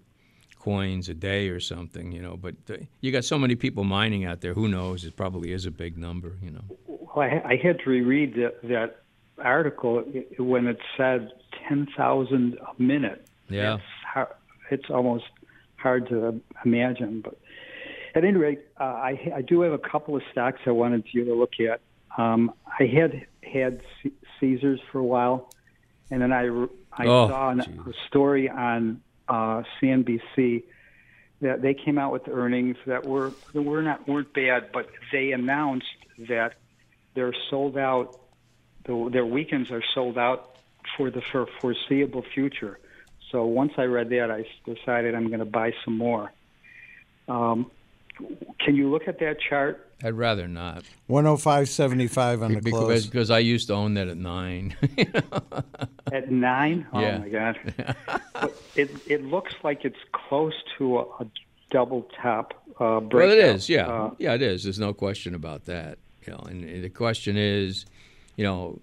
[SPEAKER 2] coins a day or something. You know, but uh, you got so many people mining out there. Who knows? It probably is a big number. You know.
[SPEAKER 8] Well, I, I had to reread that, that article when it said 10,000 a minute.
[SPEAKER 2] Yeah.
[SPEAKER 8] It's, hard, it's almost hard to imagine. But at any rate, uh, I, I do have a couple of stocks I wanted you to look at. Um, I had had C- Caesars for a while, and then I, re- I
[SPEAKER 2] Oh,
[SPEAKER 8] saw an, a story on uh, CNBC that they came out with earnings that were that were not weren't bad, but they announced that they're sold out. The, their weekends are sold out for the for foreseeable future. So once I read that, I decided I'm going to buy some more. Um, can you look at that chart?
[SPEAKER 2] I'd rather not.
[SPEAKER 3] 105.75 on the
[SPEAKER 2] because,
[SPEAKER 3] close.
[SPEAKER 2] because I used to own that at nine. (laughs)
[SPEAKER 8] At nine? Oh
[SPEAKER 2] Yeah. (laughs)
[SPEAKER 8] my God. But it, it looks like it's close to a, a double top uh, breakout.
[SPEAKER 2] well, it is, yeah,
[SPEAKER 8] Uh,
[SPEAKER 2] yeah, it is. There's no question about that. You know, and, and the question is, you know,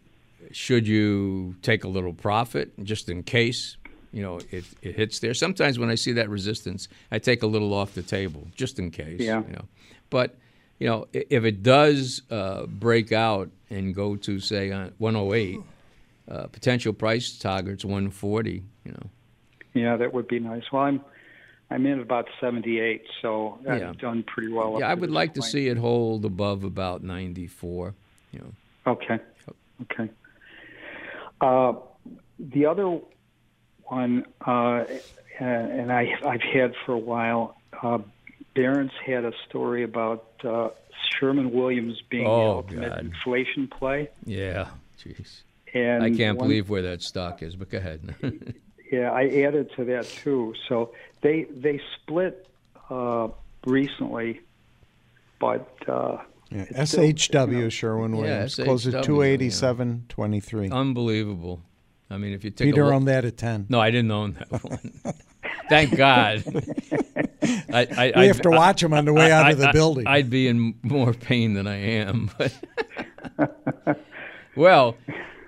[SPEAKER 2] should you take a little profit just in case? You know, it, it hits there. Sometimes when I see that resistance, I take a little off the table just in case.
[SPEAKER 8] Yeah.
[SPEAKER 2] You know, but you know, i- if it does uh, break out and go to say uh, 108, uh, potential price target's 140. You know,
[SPEAKER 8] yeah, that would be nice. Well, I'm I'm in about 78, so I've
[SPEAKER 2] Yeah.
[SPEAKER 8] done pretty well. up
[SPEAKER 2] Yeah, I
[SPEAKER 8] to
[SPEAKER 2] would
[SPEAKER 8] this
[SPEAKER 2] like to
[SPEAKER 8] point.
[SPEAKER 2] see it hold above about 94. You know,
[SPEAKER 8] Okay. Okay. Uh, the other one, uh, and I, I've had for a while, uh, Barron's had a story about uh, Sherman Williams being
[SPEAKER 2] Oh,
[SPEAKER 8] the ultimate
[SPEAKER 2] God.
[SPEAKER 8] inflation play.
[SPEAKER 2] yeah, jeez,
[SPEAKER 8] And
[SPEAKER 2] I can't
[SPEAKER 8] one-
[SPEAKER 2] believe where that stock is. But go ahead. (laughs)
[SPEAKER 8] Yeah, I added to that too. So they they split uh, recently, but uh,
[SPEAKER 3] Yeah. SHW Sherwin Williams
[SPEAKER 2] Yeah,
[SPEAKER 3] closed at
[SPEAKER 2] SHW,
[SPEAKER 3] 287.23.
[SPEAKER 2] Unbelievable. I mean, if you take a
[SPEAKER 3] Peter um-
[SPEAKER 2] look, (laughs)
[SPEAKER 3] owned that at 10. (laughs)
[SPEAKER 2] no, I didn't own that one. Thank God. I, I,
[SPEAKER 3] We have to watch him on the way out of the building.
[SPEAKER 2] I'd be in more pain than I am. But (laughs) well,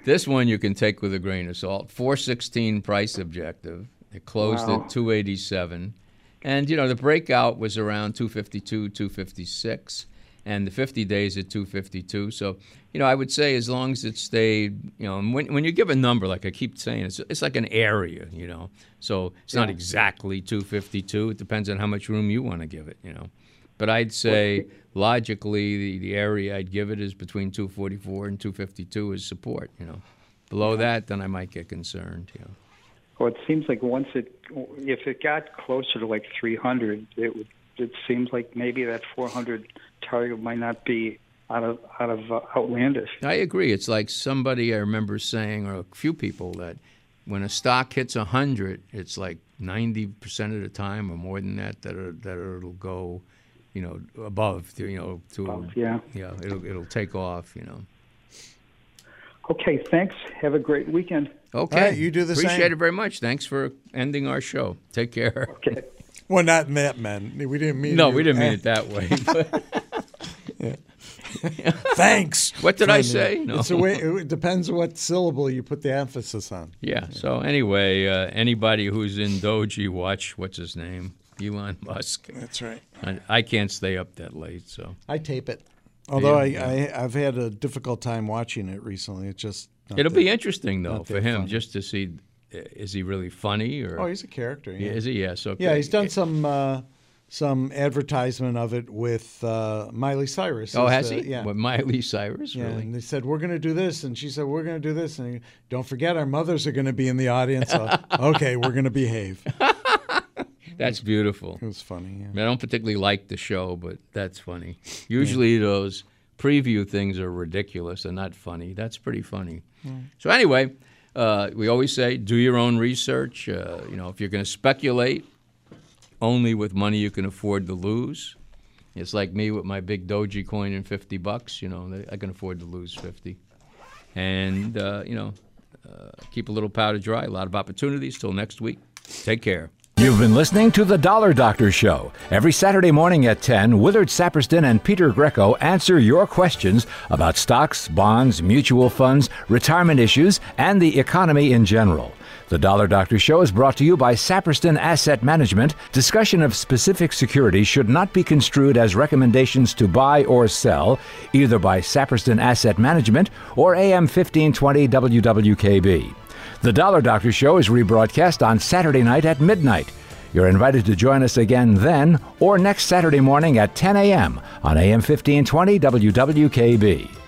[SPEAKER 2] this one you can take with a grain of salt. Four sixteen price objective. It closed
[SPEAKER 8] Wow.
[SPEAKER 2] at two eighty seven, and you know the breakout was around two fifty two, two fifty six, and the fifty days at two fifty two. So you know I would say as long as it stayed, you know, and when when you give a number like I keep saying, it's it's like an area, you know. So it's not exactly two fifty two. It depends on how much room you want to give it, you know. But I'd say logically, the, the area I'd give it is between 244 and 252 is support. You know, below that, then I might get concerned. You know.
[SPEAKER 8] Well, it seems like once it, if it got closer to like 300, it would. It seems like maybe that 400 target might not be out of out of uh, outlandish.
[SPEAKER 2] I agree. It's like somebody I remember saying, or a few people, that when a stock hits 100, it's like 90% of the time or more than that that, it- that it'll go, you know, above, you know, to
[SPEAKER 8] Above, yeah.
[SPEAKER 2] yeah, it'll it'll take off, you know.
[SPEAKER 8] Okay, thanks. Have a great weekend.
[SPEAKER 2] Okay,
[SPEAKER 3] right, you do the
[SPEAKER 2] Appreciate
[SPEAKER 3] same.
[SPEAKER 2] it very much. Thanks for ending our show. Take care.
[SPEAKER 8] Okay.
[SPEAKER 3] Well, not in that man. We didn't mean.
[SPEAKER 2] No,
[SPEAKER 3] you-
[SPEAKER 2] we didn't mean
[SPEAKER 3] eh, (laughs)
[SPEAKER 2] it that way. but-
[SPEAKER 3] Thanks.
[SPEAKER 2] What did
[SPEAKER 3] Funny.
[SPEAKER 2] I say? No.
[SPEAKER 3] It's a way. It depends what syllable you put the emphasis on.
[SPEAKER 2] yeah. So anyway, uh, anybody who's in Doji, watch what's his name, Elon Musk.
[SPEAKER 3] That's right.
[SPEAKER 2] I, I can't stay up that late, so
[SPEAKER 3] I tape it. Although
[SPEAKER 2] Yeah,
[SPEAKER 3] I, I, I've had a difficult time watching it recently. It's just not
[SPEAKER 2] it'll
[SPEAKER 3] that-
[SPEAKER 2] be interesting though
[SPEAKER 3] not
[SPEAKER 2] for
[SPEAKER 3] that
[SPEAKER 2] him
[SPEAKER 3] funny.
[SPEAKER 2] just to see uh, is he really funny or
[SPEAKER 3] Oh, he's a character. Yeah,
[SPEAKER 2] is he? Yeah. So
[SPEAKER 3] yeah he's done some uh, some advertisement of it with uh, Miley Cyrus.
[SPEAKER 2] Oh,
[SPEAKER 3] is
[SPEAKER 2] has
[SPEAKER 3] the-
[SPEAKER 2] he?
[SPEAKER 3] Yeah.
[SPEAKER 2] With Miley Cyrus,
[SPEAKER 3] Yeah,
[SPEAKER 2] really?
[SPEAKER 3] and they said we're going to do this, and she said we're going to do this, and don't forget our mothers are going to be in the audience. So,
[SPEAKER 2] (laughs)
[SPEAKER 3] okay, we're going to behave. It
[SPEAKER 2] That's beautiful.
[SPEAKER 3] was funny. Yeah.
[SPEAKER 2] I don't particularly like the show, but that's funny. Usually those preview things are ridiculous and not funny. That's pretty funny. So anyway, uh, we always say do your own research. Uh, you know, if you're going to speculate, only with money you can afford to lose. It's like me with my big Doji coin and 50 bucks. You know, I can afford to lose 50. And uh, you know, uh, keep a little powder dry. A lot of opportunities. Till next week. Take care.
[SPEAKER 1] You've been listening to The Dollar Doctor Show. Every Saturday morning at 10, Willard Saperston and Peter Greco answer your questions about stocks, bonds, mutual funds, retirement issues, and the economy in general. The Dollar Doctor Show is brought to you by Saperston Asset Management. Discussion of specific securities should not be construed as recommendations to buy or sell, either by Saperston Asset Management or AM 1520 WWKB. The Dollar Doctor Show is rebroadcast on Saturday night at midnight. You're invited to join us again then or next Saturday morning at 10 a.m. on AM 1520 WWKB.